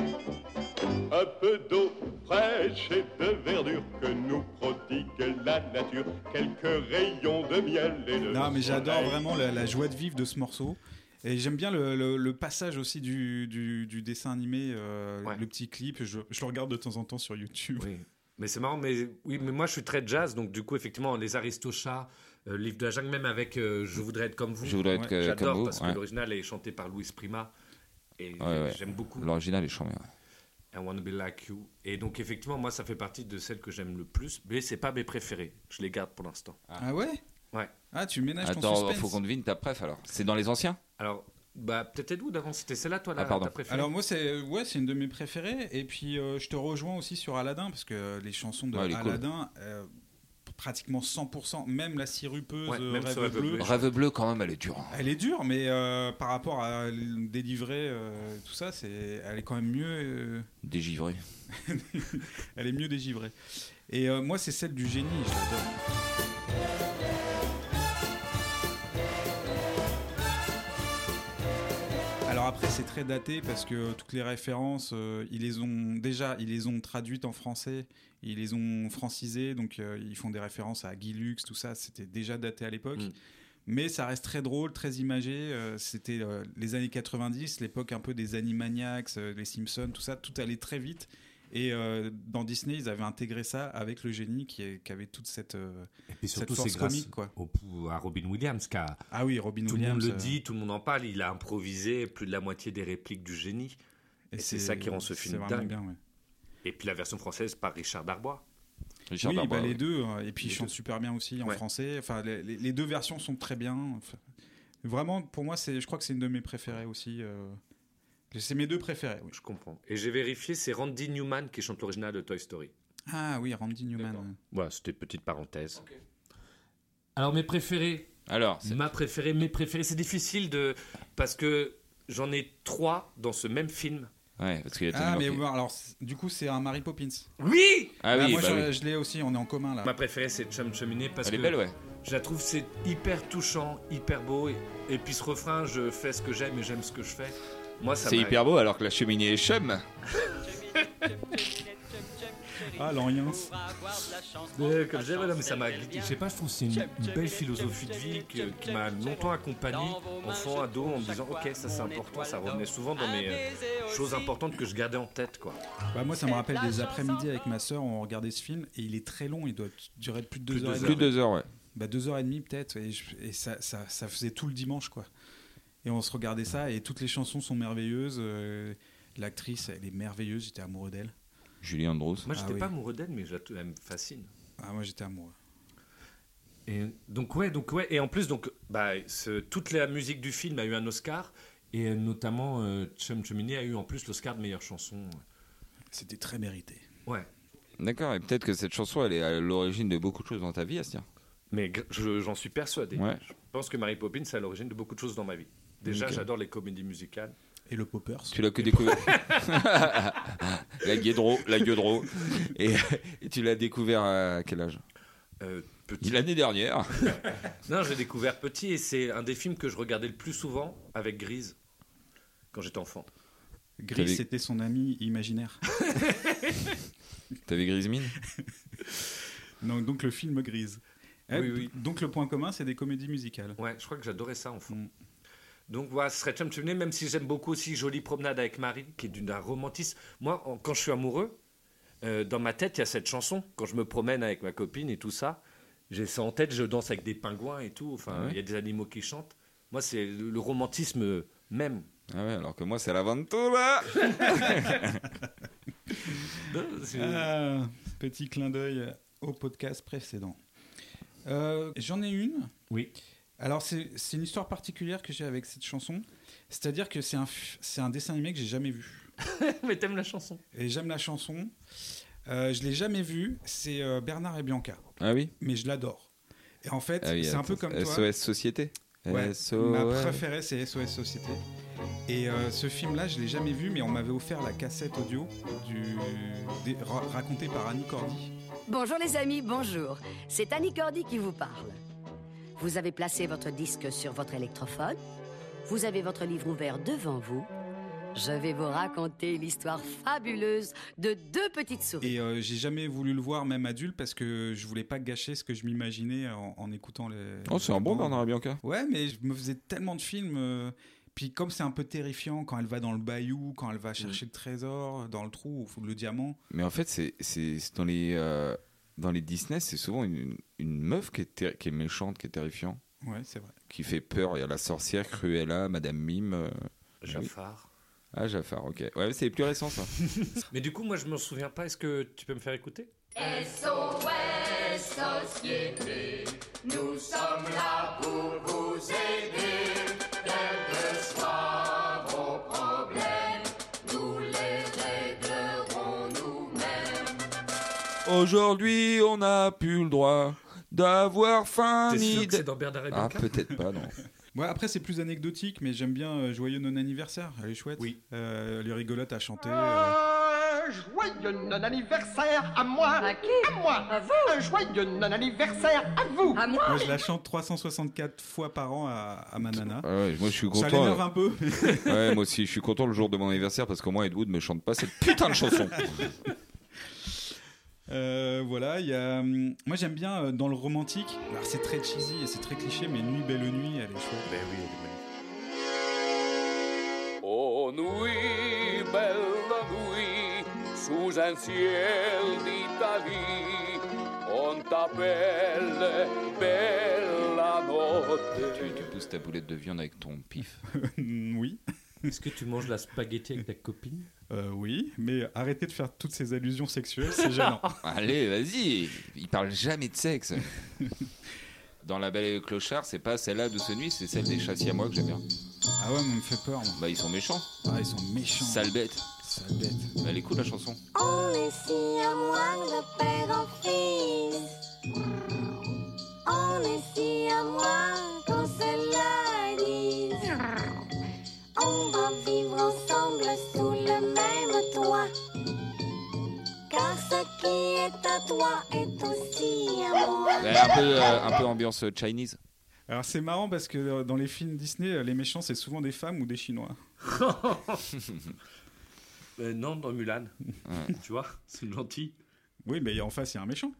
Un peu d'eau fraîche et de verdure que nous prodigue la nature. Quelques rayons de miel et de Non, mais j'adore soleil. vraiment la, la joie de vivre de ce morceau. Et j'aime bien le, le- le passage aussi du, du- du dessin animé, euh, Ouais. le petit clip. Je, je le regarde de temps en temps sur YouTube. Oui. Mais c'est marrant, mais oui, mais moi je suis très jazz, donc du coup, effectivement, les Aristochats, euh, Livre de la jungle, même avec euh, Je voudrais être euh, comme vous. Je voudrais Ouais, être que- comme J'adore vous. parce que ouais. l'original est chanté par Louis Prima. Et Ouais, ouais. j'aime beaucoup L'original est charmant. I Wanna Be Like You. Et donc, effectivement, moi, ça fait partie de celles que j'aime le plus. Mais c'est pas mes préférées. Je les garde pour l'instant. Ah ouais Ouais. Ah, tu ménages ton Attends, suspense. faut qu'on devine ta préf alors. C'est dans les anciens Alors, bah, peut-être Edou d'avant, c'était celle-là, toi, la, Ah, pardon. ta préférée Alors moi c'est ouais c'est une de mes préférées et puis euh, je te rejoins aussi sur Aladdin parce que les chansons de Ouais, elle est cool. Aladdin euh, pratiquement 100% même la sirupeuse Ouais, euh, même Rêve sur Rêve bleu, bleu. Rêve bleu quand même, elle est dure. hein. elle est dure mais euh, par rapport à l- délivrer euh, tout ça c'est elle est quand même mieux euh, Dégivré. elle est mieux dégivrée et euh, moi c'est celle du génie je l'adore. Alors après c'est très daté parce que toutes les références euh, ils les ont déjà ils les ont traduites en français ils les ont francisées donc euh, ils font des références à Guy Lux tout ça c'était déjà daté à l'époque Mm. mais ça reste très drôle très imagé euh, c'était euh, les années 90 l'époque un peu des Animaniacs euh, les Simpsons tout ça tout allait très vite et euh, dans Disney ils avaient intégré ça avec le génie qui, est- qui avait toute cette euh, Et puis cette force comique quoi au pou- à Robin Williams, qui a- ah oui Robin tout le monde Williams le euh, dit, tout le monde en parle. Il a improvisé plus de la moitié des répliques du génie. et c'est ça qui rend ce film c'est vraiment dingue. bien, ouais. Et puis la version française par Richard Darbois. Richard oui, Darbois, bah, ouais. les deux. hein. Et puis, Les ils chantent super bien aussi en Ouais. français. Enfin, les, les- les deux versions sont très bien. Enfin, vraiment, pour moi, c'est, je crois que c'est une de mes préférées aussi. euh. C'est mes deux préférées, oui. Je comprends. Et j'ai vérifié, c'est Randy Newman qui chante l'original de Toy Story. Ah oui, Randy Newman. Ah, D'accord. ouais. Voilà, c'était une petite parenthèse. Alors mes préférés, Alors, c'est- ma préférée, mes préférés, c'est difficile de parce que j'en ai trois dans ce même film. ouais, parce qu'il y a Ah, Tony mais Hawk. bon, alors, c'est- du coup, c'est un Mary Poppins. Oui. Ah Bah, oui, moi, bah je, oui. je l'ai aussi, on est en commun là. Ma préférée, c'est Chum Cheminée parce Elle est que belle, ouais. je la trouve c'est hyper touchant, hyper beau et, et puis ce refrain, je fais ce que j'aime et j'aime ce que je fais. Moi, ça C'est m'a- hyper beau alors que la cheminée est chum. Ah, l'Orient. Euh, comme je disais, ouais, non, mais ça m'a. Je sais pas, je trouve que c'est une, une belle philosophie de vie que- qui m'a longtemps accompagné, enfant, ado, en me disant ok, ça c'est important, ça revenait souvent dans mes euh, choses importantes que je gardais en tête quoi. Bah, moi, ça me rappelle des après-midi avec ma sœur, on regardait ce film et il est très long, il doit durer plus de deux Plus de heures. et deux Plus de demie. deux heures, ouais. bah, deux heures et demie peut-être et, je- et ça, ça, ça faisait tout le dimanche quoi et on se regardait ça et toutes les chansons sont merveilleuses euh, l'actrice elle est merveilleuse j'étais amoureux d'elle Julien Andrews. Moi j'étais Ah oui. pas amoureux d'elle, mais je la trou- elle me fascine. ah moi j'étais amoureux Et donc ouais, donc ouais, et en plus donc bah ce- toute la musique du film a eu un Oscar et euh, notamment euh, Chum Cheminée a eu en plus l'Oscar de meilleure chanson. c'était très mérité Ouais. D'accord, et peut-être que cette chanson, elle est à l'origine de beaucoup de choses dans ta vie, Astien. Mais gr- je- j'en suis persuadé. Ouais. Je pense que Mary Poppins c'est à l'origine de beaucoup de choses dans ma vie. Déjà, Nickel. j'adore les comédies musicales. et le poppers Tu l'as que découvert. la guédro, la gueudro. Et, et tu l'as découvert à quel âge Euh, petit. L'année dernière. Non, j'ai découvert petit et c'est un des films que je regardais le plus souvent avec Grise quand j'étais enfant. Gris T'avais- c'était son ami imaginaire T'avais grise mine donc, donc le film Grise Eh, Oui, oui. donc le point commun c'est des comédies musicales Ouais, je crois que j'adorais ça enfant. Mm. Donc voilà, ce serait Chum Chumney, même si j'aime beaucoup aussi Jolie Promenade avec Marie, qui est d'une- d'un romantisme. Moi, en- quand je suis amoureux, euh, dans ma tête, il y a cette chanson. Quand je me promène avec ma copine et tout ça, j'ai ça en tête, je danse avec des pingouins et tout. Enfin, Ah il ouais y a des animaux qui chantent. Moi, c'est le le romantisme euh, même. Ah ouais, alors que moi, c'est la Ventura Non, c'est- Ah, petit clin d'œil au podcast précédent. Euh, J'en ai une. Oui. Alors, c'est c'est une histoire particulière que j'ai avec cette chanson. C'est-à-dire que c'est un, f- c'est un dessin animé que j'ai jamais vu. Mais t'aimes la chanson Et j'aime la chanson. Euh, je l'ai jamais vue. C'est euh, Bernard et Bianca. Ah oui, Mais je l'adore. Et en fait, ah oui c'est un attends, peu comme toi. SOS Société Ouais, SOS. Ma préférée, c'est SOS Société. Et euh, ce film-là, je l'ai jamais vu, mais on m'avait offert la cassette audio du... des- ra- racontée par Annie Cordy. Bonjour les amis, bonjour. C'est Annie Cordy qui vous parle. Vous avez placé votre disque sur votre électrophone. Vous avez votre livre ouvert devant vous. Je vais vous raconter l'histoire fabuleuse de deux petites souris. Et euh, j'ai jamais voulu le voir, même adulte, parce que je voulais pas gâcher ce que je m'imaginais en, en écoutant les. Oh, c'est un bon les bandes. Bernard et Bianca. Ouais, mais je me faisais tellement de films. euh, Puis comme c'est un peu terrifiant quand elle va dans le bayou, quand elle Mhm. va chercher le trésor, euh, dans le trou, ou le diamant. Mais en fait, c'est c'est- c'est dans les euh, dans les Disney, c'est souvent une, une meuf qui est, terri- qui est méchante, qui est terrifiante, Ouais, c'est vrai. qui fait peur. Il y a la sorcière Cruella, Madame Mime. euh, Jafar. Ah, Jafar, ok. Ouais, mais c'est plus récent ça. Mais du coup, moi, je m'en souviens pas. Est-ce que tu peux me faire écouter Aujourd'hui, on n'a plus le droit d'avoir faim T'es sûr ni que c'est d'- dans Bernard et Ah, Bianca peut-être pas, non. Ouais, après, c'est plus anecdotique, mais j'aime bien euh, Joyeux non-anniversaire. Elle est chouette. Oui. elle est rigolote à chanter. Ah euh. Un joyeux non-anniversaire à moi À qui À moi À vous Un joyeux non-anniversaire à vous À moi euh, Moi, je la chante 364 fois par an à, à ma nana. Ah ouais, moi, je suis Ça content. euh, l'énerve un peu. Ouais, moi aussi, je suis content le jour de mon anniversaire parce qu'au moins Ed Wood me chante pas cette putain de chanson. Euh, voilà, il y a. hum, Moi, j'aime bien euh, dans le romantique. Alors, c'est très cheesy et c'est très cliché, mais Nuit Belle Nuit, elle est chouette. Ben oui, elle est magnifique. Oh nuit, belle nuit, sous un ciel d'Italie, on t'appelle Bella tu, Notte. tu pousses ta boulette de viande avec ton pif. Mm, oui. Est-ce que tu manges la spaghetti avec ta copine Euh, oui, mais arrêtez de faire toutes ces allusions sexuelles, c'est gênant. Allez, vas-y. Il parle jamais de sexe. Dans La Belle et le Clochard, c'est pas celle-là de ce nuit, c'est celle des chassiers à moi que j'aime bien. ah ouais, mais on me fait peur. moi. Bah, ils sont méchants. Ah, ils sont méchants. Sale bête. Sale bête. Bah, elle écoute la chanson. On est si amoureux de père en fils. On est si amoureux qu'on se le dise. On va vivre ensemble sous le même toit. Car ce qui est à toi est aussi à moi. Ouais, un, peu, euh, un peu ambiance euh, Chinese. Alors, c'est marrant parce que euh, dans les films Disney, euh, les méchants, c'est souvent des femmes ou des Chinois. Euh, Non, dans Mulan. tu vois, c'est une lentille. Oui, mais en face, il y a un méchant.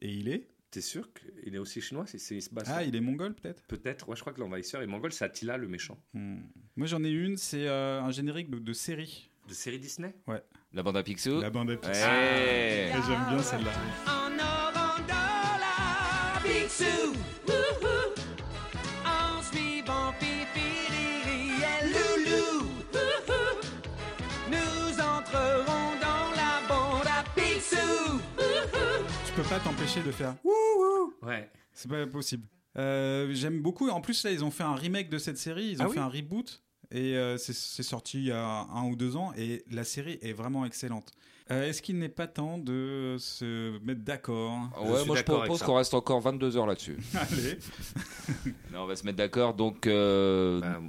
Et il est. T'es sûr qu'il est aussi chinois C'est- C'est il se bat Ah, sur- il est mongol, peut-être Peut-être, ouais, je crois que l'envahisseur est mongol, c'est Attila le méchant. Hmm. Moi, j'en ai une, c'est euh, un générique de, de série. De série Disney La bande à Picsou. La bande à Pixar. Ouais. Oh. Ah, J'aime bien celle-là. En avant de la Big Sue. Wouhou. En suivant Pipi et Loulou. Wouhou. Nous entrerons dans la bande à Big Sue. Wouhou. Tu peux pas t'empêcher de faire. Ouais. C'est pas possible. Euh, J'aime beaucoup. En plus, là, ils ont fait un remake de cette série. Ils ont Ah fait oui un reboot. Et euh, c'est c'est sorti il y a un ou deux ans. Et la série est vraiment excellente. Euh, Est-ce qu'il n'est pas temps de se mettre d'accord Je Ouais, suis moi je d'accord avec propose ça. qu'on reste encore 22 heures là-dessus. Allez. Non, on va se mettre d'accord. Donc, euh, Bah,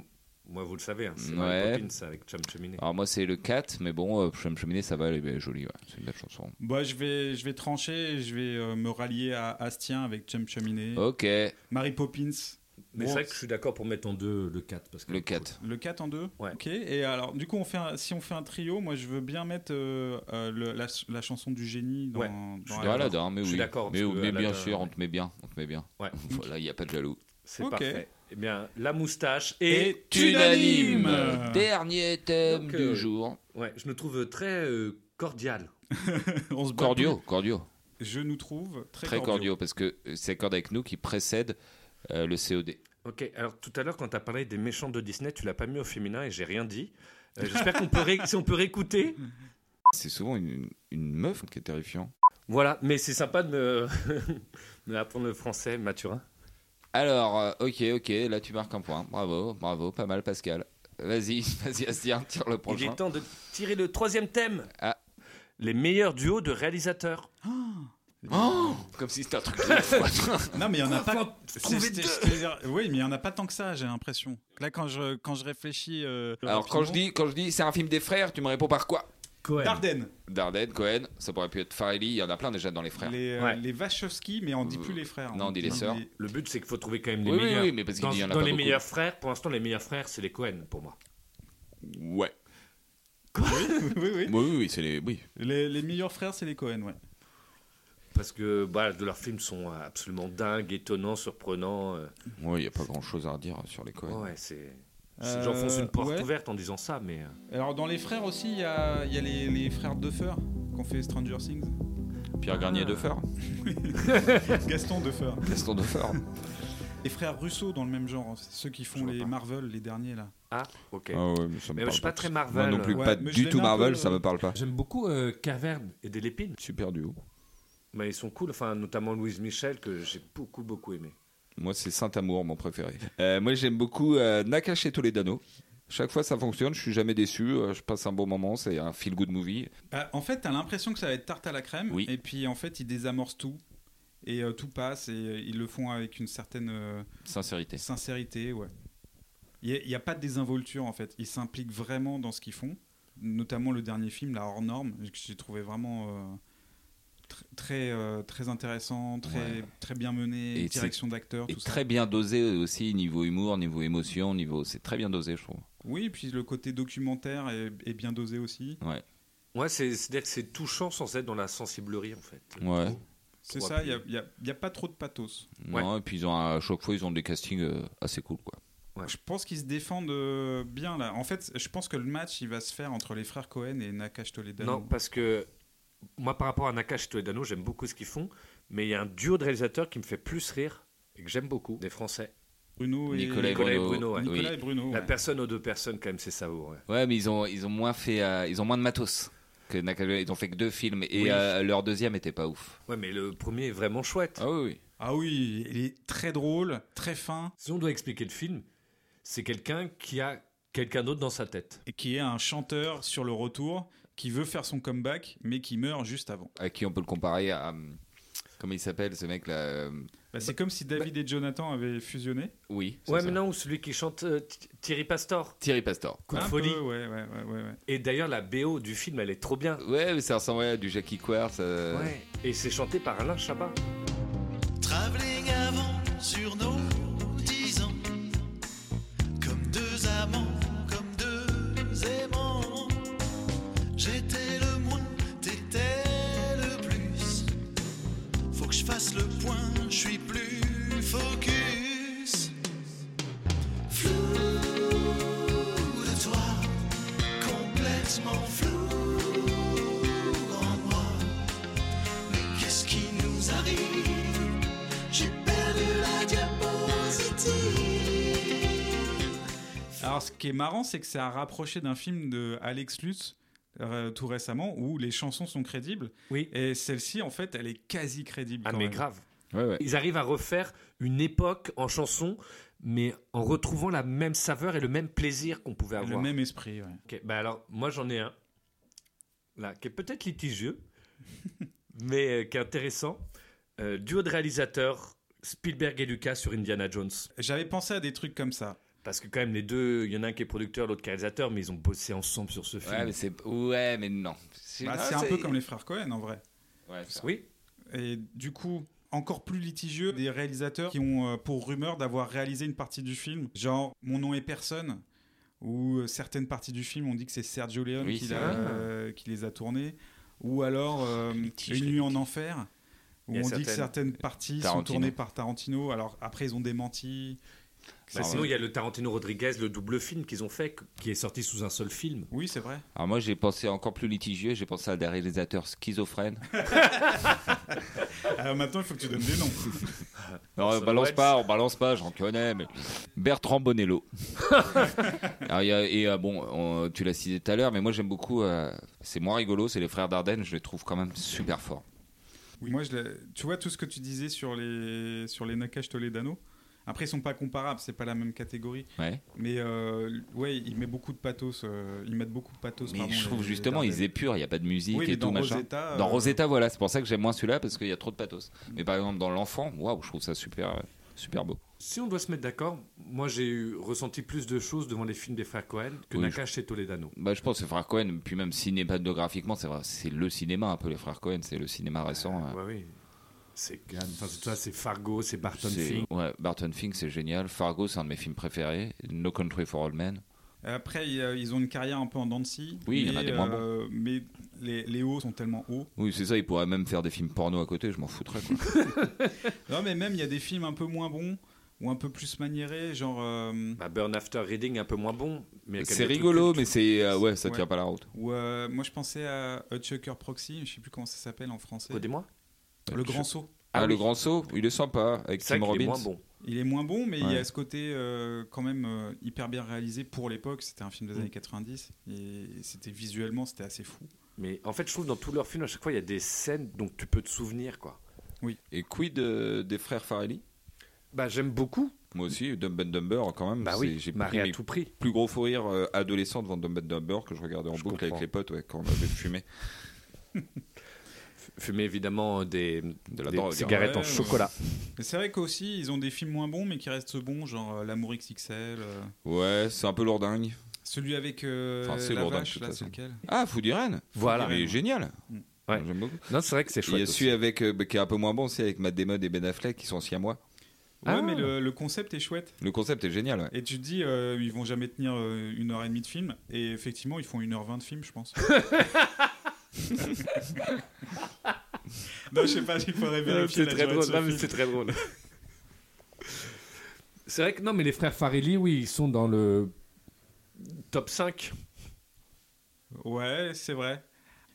moi, vous le savez, hein, c'est Ouais. Mary Poppins avec Chum Ah, Cheminée. alors moi c'est le 4, mais bon, euh, Chum Cheminée ça va, elle est elle est jolie. ouais. C'est une belle chanson. Bah, je vais, je vais trancher. et Je vais euh, me rallier à Astien avec Chum Cheminée. Oh. Ok, le Mary Poppins. Mais Bon, c'est vrai que je suis d'accord pour mettre en deux le 4. Parce que 4. Le 4 en 2 Ouais. Ok. Et alors, du coup, on fait un- si on fait un trio, moi, je veux bien mettre euh, euh, le- la, la chanson du génie dans, Ouais. dans Je la- suis d'accord. Aladdin, mais Je suis oui. d'accord, Mais, parce que mais bien Aladdin, sûr, on ouais. te met bien, on te met bien. Ouais. Voilà, il n'y a pas de jaloux. C'est Ok. parfait. Eh bien, la moustache Est est unanime. unanime. Dernier thème Donc, du euh, jour. Ouais, je me trouve très euh, cordial. On se bat Cordio, cordio. plus. Je nous trouve très, bah, Très cordiaux. cordio, parce que c'est Accord avec nous qui précède euh, le COD. Ok, alors tout à l'heure, quand tu as parlé des méchants de Disney, tu l'as pas mis au féminin et j'ai rien dit. Euh, J'espère qu'on peut, ré- si on peut réécouter. C'est souvent une, une meuf qui est terrifiante. Voilà, mais c'est sympa de me, me apprendre le français, Mathurin. Alors, euh, ok, ok, là tu marques un point. Bravo, bravo, pas mal Pascal. Vas-y, vas-y Astien, tire le Il prochain. est temps de tirer le troisième thème. Ah. Les meilleurs duos de réalisateurs. Oh Comme si c'était un truc de fou. Non, mais il n'y en a Faut en pas. c'est- trouver c'est- deux. c'est- c'est- Oui, mais il n'y en a pas tant que ça, j'ai l'impression. Là, quand je, quand je réfléchis. euh, Alors quand je rapidement- dis, quand je dis c'est un film des frères, tu me réponds par quoi Dardenne, Dardenne, Cohen, ça pourrait pu être Farelli, il y en a plein déjà dans les frères. les, euh, Ouais. les Wachowski, mais on dit plus les frères. Non, on dit les sœurs. dit- Le but, c'est qu'il faut trouver quand même les Oui, oui, meilleurs. oui, mais parce qu'il dans y en a dans pas les beaucoup. meilleurs frères, pour l'instant, les meilleurs frères, c'est les Cohen pour moi. Ouais. oui, oui. Oui, oui, oui, c'est les. Oui. Les, les meilleurs frères, c'est les Cohen, ouais. Parce que bah, de leurs films sont absolument dingues, étonnants, surprenants. euh. Ouais, il n'y a pas grand chose à redire sur les Cohen. Ouais, c'est. Euh, J'enfonce une porte ouais. ouverte en disant ça, mais. euh, Alors, dans les frères aussi, il y a, il y a les, les frères Defer qui ont fait Stranger Things. Oh, Pierre Garnier de Fer. Gaston Defer. Ah. Gaston de Fer. Les frères Russo dans le même genre, hein, c'est ceux qui Je font vois les pas. Marvel, les derniers là. Ah, ok. ouais, mais ça mais je suis pas très Marvel. Moi non plus, Ouais, pas mais je du l'aime tout un peu, Marvel, euh, ça me parle pas. J'aime beaucoup euh, Caverne et des Lépines. Super duo. Mais ils sont cool, enfin, notamment Louise Michel, que j'ai beaucoup, beaucoup aimé. Moi, c'est Saint-Amour, mon préféré. Euh, moi, j'aime beaucoup euh, Nakache et Toledano. Chaque fois, ça fonctionne, je suis jamais déçu, euh, je passe un bon moment, c'est un feel-good movie. Bah, en fait, t'as l'impression que ça va être tarte à la crème, Oui. et puis en fait, ils désamorcent tout, et euh, tout passe, et euh, ils le font avec une certaine euh, Sincérité. sincérité, ouais. Il n'y a, pas de désinvolture en fait, ils s'impliquent vraiment dans ce qu'ils font, notamment le dernier film, là, Hors Norme, que j'ai trouvé vraiment euh, tr- très, euh, très intéressant, très, très bien mené, Et direction d'acteur, Et tout ça. très bien dosé aussi, niveau humour, niveau émotion, niveau. C'est très bien dosé, je trouve. Oui, et puis le côté documentaire est, est bien dosé aussi. Ouais, c'est- c'est-à-dire que c'est touchant sans être dans la sensiblerie, en fait. Ouais. C'est Pour ça, il appuyer. n'y a, y a pas trop de pathos. Non, et puis ils ont, à chaque fois, ils ont des castings euh, assez cool, quoi. Je pense qu'ils se défendent euh, bien là. En fait, je pense que le match il va se faire entre les frères Cohen et Nakash Toledano. Non, parce que moi, par rapport à Nakash et Toledano, j'aime beaucoup ce qu'ils font, mais il y a un duo de réalisateurs qui me fait plus rire et que j'aime beaucoup, des Français. Bruno et Nicolas et Nicolas et Bruno. Bruno, ouais. oui. Nicolas et Bruno, La ouais. personne aux deux personnes, quand même, c'est savoureux. Ouais, mais ils ont, ils ont moins fait, euh, ils ont moins de matos que Nakache. Ils ont fait que deux films et Oui. euh, leur deuxième était pas ouf. Ouais, mais le premier est vraiment chouette. Ah oui, oui. Ah oui, il est très drôle, très fin Si on doit expliquer le film, c'est quelqu'un qui a quelqu'un d'autre dans sa tête. et qui est un chanteur sur le retour qui veut faire son comeback mais qui meurt juste avant. À qui on peut le comparer à. euh, Comment il s'appelle ce mec là euh, Bah, c'est comme si David et Jonathan avaient fusionné. Oui. c'est Ouais, ça. mais non, celui qui chante euh, Th- Thierry Pastor. Thierry Pastor. Coup de Un folie. peu, ouais, ouais, ouais, ouais, ouais. Et d'ailleurs, la BO du film, elle est trop bien. Ouais, mais ça ressemble ouais, à du Jackie Quartz. euh, Ouais. Et c'est chanté par Alain Chabat. Travelling avant sur nos dix ans, comme deux amants, comme deux aimants. J'étais le moins, t'étais le plus. Faut que je fasse le point, je suis plus focus. Flou de toi, complètement flou en moi. Mais qu'est-ce qui nous arrive? J'ai perdu la diapositive. Alors ce qui est marrant, c'est que ça a rapproché d'un film de Alex Lutz euh, tout récemment où les chansons sont crédibles Oui. et celle-ci en fait elle est quasi crédible. Ah, quand mais même. grave. ouais, ouais. Ils arrivent à refaire une époque en chanson, mais en retrouvant la même saveur et le même plaisir qu'on pouvait Le avoir. même esprit. ouais. Ok, bah alors, moi j'en ai un, là, qui est peut-être litigieux, mais euh, qui est intéressant. Euh, duo de réalisateurs, Spielberg et Lucas sur Indiana Jones. J'avais pensé à des trucs comme ça. Parce que quand même, les deux, il y en a un qui est producteur, l'autre qui est réalisateur, mais ils ont bossé ensemble sur ce film. Ouais, mais c'est. Ouais, mais non. Bah, non, c'est un peu comme les frères Cohen en vrai. Ouais, c'est- Oui, Et du coup, encore plus litigieux, des réalisateurs qui ont euh, pour rumeur d'avoir réalisé une partie du film, genre Mon nom est personne, ou euh, certaines parties du film, on dit que c'est Sergio Leone Oui, qui, c'est l'a, vrai. euh, qui les a tournées, ou alors euh, litige, Une nuit en enfer, où Il y a on dit que certaines- certaines parties sont Tarantino. tournées par Tarantino. Alors après, ils ont démenti. Bah, sinon, il y a le Tarantino Rodriguez, le double film qu'ils ont fait, qui est sorti sous un seul film. Oui, c'est vrai. Alors moi j'ai pensé encore plus litigieux, j'ai pensé à des réalisateurs schizophrènes. Alors Euh, maintenant, il faut que tu donnes des noms. Non, on balance pas, on balance pas, j'en connais, mais Bertrand Bonello. Alors, il y a- et euh, bon, on- tu l'as cité tout à l'heure, mais moi j'aime beaucoup, euh, c'est moins rigolo, c'est les frères Dardenne, je les trouve quand même super forts. Oui. Moi, je l'ai- tu vois tout ce que tu disais sur les sur les Nakash Toledano. Après, ils sont pas comparables, c'est pas la même catégorie. Ouais. Mais euh, ouais, il met beaucoup de pathos. euh, ils mettent beaucoup de pathos. Mais pardon, je trouve les- les justement, Dardenne. ils épurent, il n'y a pas de musique Oui, mais et tout dans machin. Rosetta, Dans euh, Rosetta, voilà, c'est pour ça que j'aime moins celui-là parce qu'il y a trop de pathos. Mais par exemple, dans L'Enfant, waouh, je trouve ça super, euh, super beau. Si on doit se mettre d'accord, moi j'ai eu- ressenti plus de choses devant les films des frères Cohen que Oui, Nakache et Toledano. Bah, je pense que frères Cohen, puis même cinématographiquement, c'est vrai, c'est le cinéma un peu, les frères Cohen, c'est le cinéma récent. euh. Ouais, oui. C'est Gann, enfin, c'est ça, c'est Fargo, c'est Barton C'est- Fink. Ouais, Barton Fink, c'est génial. Fargo, c'est un de mes films préférés. No Country for Old Men. Après, il y a- ils ont une carrière un peu en dents de scie, Oui, il y en a mais, des moins euh, mais les, les hauts sont tellement hauts. Oui, c'est ça. Il pourrait même faire des films porno à côté. Je m'en foutrais. quoi. Non, mais même il y a des films un peu moins bons ou un peu plus maniérés, genre. euh, Bah, Burn After Reading, un peu moins bon. mais il y a quand c'est même des rigolo, trucs mais c'est euh, ouais, ça Ouais. tient pas la route. ou euh, moi, je pensais à Hutchhiker Proxy, je sais plus comment ça s'appelle en français. Codez-moi. Le Grand Je- Saut. Ah, Ah le oui. grand saut, il est sympa avec C'est ça Tim qui est Robbins. moins bon. Il est moins bon, mais il y Ouais. a ce côté euh, quand même euh, hyper bien réalisé pour l'époque. C'était un film des Mm. années 90 et c'était visuellement, c'était assez fou. Mais en fait, je trouve dans tous leurs films, à chaque fois, il y a des scènes dont tu peux te souvenir. quoi. Et quid euh, des frères Farelli Bah, j'aime beaucoup. Moi aussi, Dumb and Dumber quand même. Bah c'est- oui, j'ai pris marée à mes tout prix. plus gros fou rires euh, adolescents devant Dumb and Dumber que je regardais en Je boucle comprends. avec les potes ouais, quand on avait fumé Fumer évidemment des, de la des drogue. hein. cigarettes Ouais, en ouais. chocolat. Mais c'est vrai qu'aussi, ils ont des films moins bons, mais qui restent bons, genre euh, L'amour XXL, euh, Ouais, c'est un peu lourdingue. celui avec euh, Enfin, c'est la lourdingue, de vache, toute là, façon. c'est lequel Ah, Food Irene. Voilà. Il est génial. Mm. Ouais. J'aime beaucoup. Non, c'est vrai que c'est Il y chouette. a aussi. celui avec, euh, bah, qui est un peu moins bon, c'est avec Matt Damon et Ben Affleck qui sont si à moi. Ouais, Ah. mais le, le concept est chouette. Le concept est génial. ouais. Et tu te dis, euh, ils vont jamais tenir euh, une heure et demie de film. Et effectivement, ils font une heure vingt de film, je pense. non, je sais pas, il faudrait Non, vérifier C'est la durée très de drôle. ce Non, mais film. c'est très drôle. C'est vrai que non, mais les frères Farelli, oui, ils sont dans le top 5. Ouais, c'est vrai.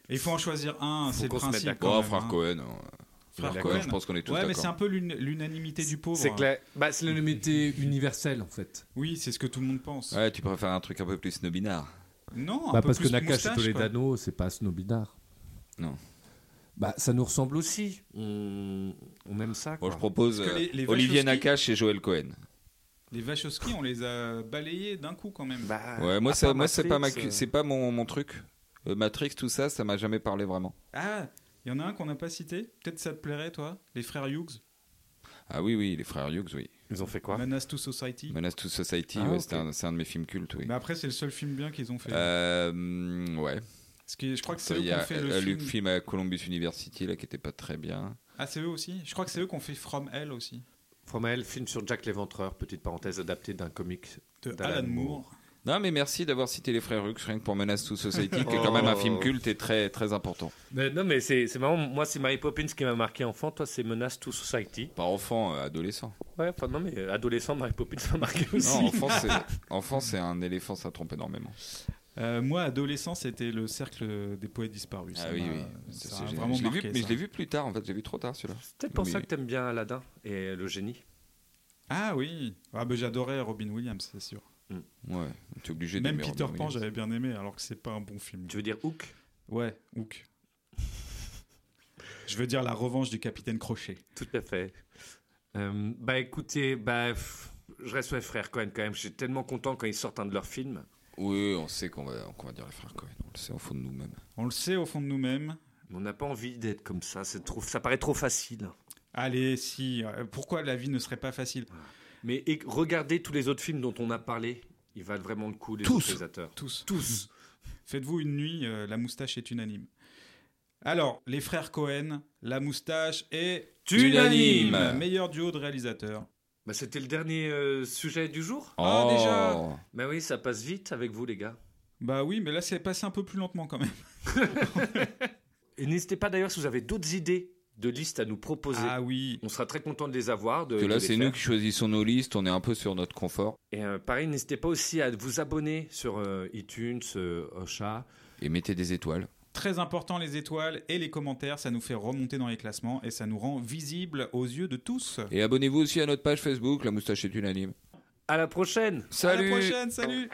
Et il faut en choisir un, Faut c'est le qu'on se mette principe. d'accord. quand Oh, même, frère hein. Cohen. hein. Frère Ouais, Cohen. Je pense qu'on est tous Ouais, mais c'est un d'accord. peu l'un- l'unanimité du pauvre. hein. C'est clair. Bah, c'est l'unanimité universelle en fait. Oui, c'est ce que tout le monde pense. Ouais, tu préfères un truc un peu plus snobinard. Non, un Bah, peu parce que plus Nakash et moustache, quoi. Toledano, c'est pas Snobinard. Non. Bah, ça nous ressemble aussi. On, on aime ça. Bon, Quoi. je propose Parce que euh, les- les Olivier Wachowski- Nakache et Joël Cohen. Les Wachowski, on les a balayés d'un coup quand même. Bah, Ouais, moi, à ça, part moi c'est pas, ma, euh. Matrix, cu- c'est pas mon, mon truc. Euh, Matrix, tout ça, ça m'a jamais parlé vraiment. Ah, il y en a un qu'on n'a pas cité. Peut-être ça te plairait, toi. Les frères Hughes. Ah oui, oui, les frères Hughes, oui. euh, Ils ont fait quoi Menace to Society. Menace to Society, Ah, ouais, ok. c'est un, c'est un de mes films cultes, oui. Mais après, c'est le seul film bien qu'ils ont fait. Euh, mm, ouais. Parce que je crois que c'est eux Il qui y ont a fait euh, le le film. film à Columbus University, là, qui était pas très bien. Ah, c'est eux aussi Je crois que c'est eux qui ont fait From Hell aussi. Fromel, film sur Jack l'Éventreur, petite parenthèse adaptée d'un comic. De D'Alan Alan, Moore. Non, mais merci d'avoir cité les frères Hughes, rien que pour Menace to Society, qui est Oh. quand même un film culte et très, très important. Mais non, mais c'est c'est marrant. Moi, c'est Mary Poppins qui m'a marqué enfant. Toi, c'est Menace to Society. Pas enfant, euh, adolescent. Ouais, enfin, non, mais euh, adolescent, Mary Poppins m'a marqué aussi. Non, enfant, c'est- enfant, c'est un éléphant, ça trompe énormément. Euh, moi, adolescent, c'était le cercle des poètes disparus. Ça m'a- Ça, ça Ah c'est a génial. vraiment Je l'ai marqué. vu- mais ça. je l'ai vu plus tard, en fait, j'ai vu trop tard celui-là. C'est peut-être pour ça Mais- que t'aimes bien Aladdin et le génie. Ah oui. Ah, ben, J'adorais Robin Williams, c'est sûr. Ouais, t'es obligé Même d'aimer Peter Robin Pan, Williams. j'avais bien aimé, alors que c'est pas un bon film. Tu veux dire Hook Ouais, Hook. Je veux dire la revanche du capitaine Crochet. Tout à fait. Euh, bah écoutez, bah, pff, je reste ouais, frère Cohen quand même. Je suis tellement content quand ils sortent un de leurs films. Oui, on sait qu'on va, qu'on va dire les frères Cohen, on le sait au fond de nous-mêmes. On le sait au fond de nous-mêmes. Mais on n'a pas envie d'être comme ça. C'est trop, ça paraît trop facile. Allez, si. euh, Pourquoi la vie ne serait pas facile Mais é- regardez tous les autres films dont on a parlé. Ils valent vraiment le coup, les Tous. autres réalisateurs. Tous. Tous. Faites-vous une nuit, euh, la moustache est unanime. Alors, les frères Cohen, la moustache est Unanime. unanime. Meilleur duo de réalisateurs. Bah, c'était le dernier euh, sujet du jour. Oh, Ah, déjà Bah oui, ça passe vite avec vous les gars. Bah oui, mais là, c'est passé un peu plus lentement quand même. Et n'hésitez pas d'ailleurs si vous avez d'autres idées de listes à nous proposer. Ah oui. On sera très content de les avoir. De, Parce que de là, les c'est nous faire. qui choisissons nos listes, on est un peu sur notre confort. Et euh, pareil, n'hésitez pas aussi à vous abonner sur euh, iTunes, euh, Ocha. Et mettez des étoiles. Très important les étoiles et les commentaires, ça nous fait remonter dans les classements et ça nous rend visible aux yeux de tous. Et abonnez-vous aussi à notre page Facebook, La Moustache est unanime. À la prochaine Salut À la prochaine, salut.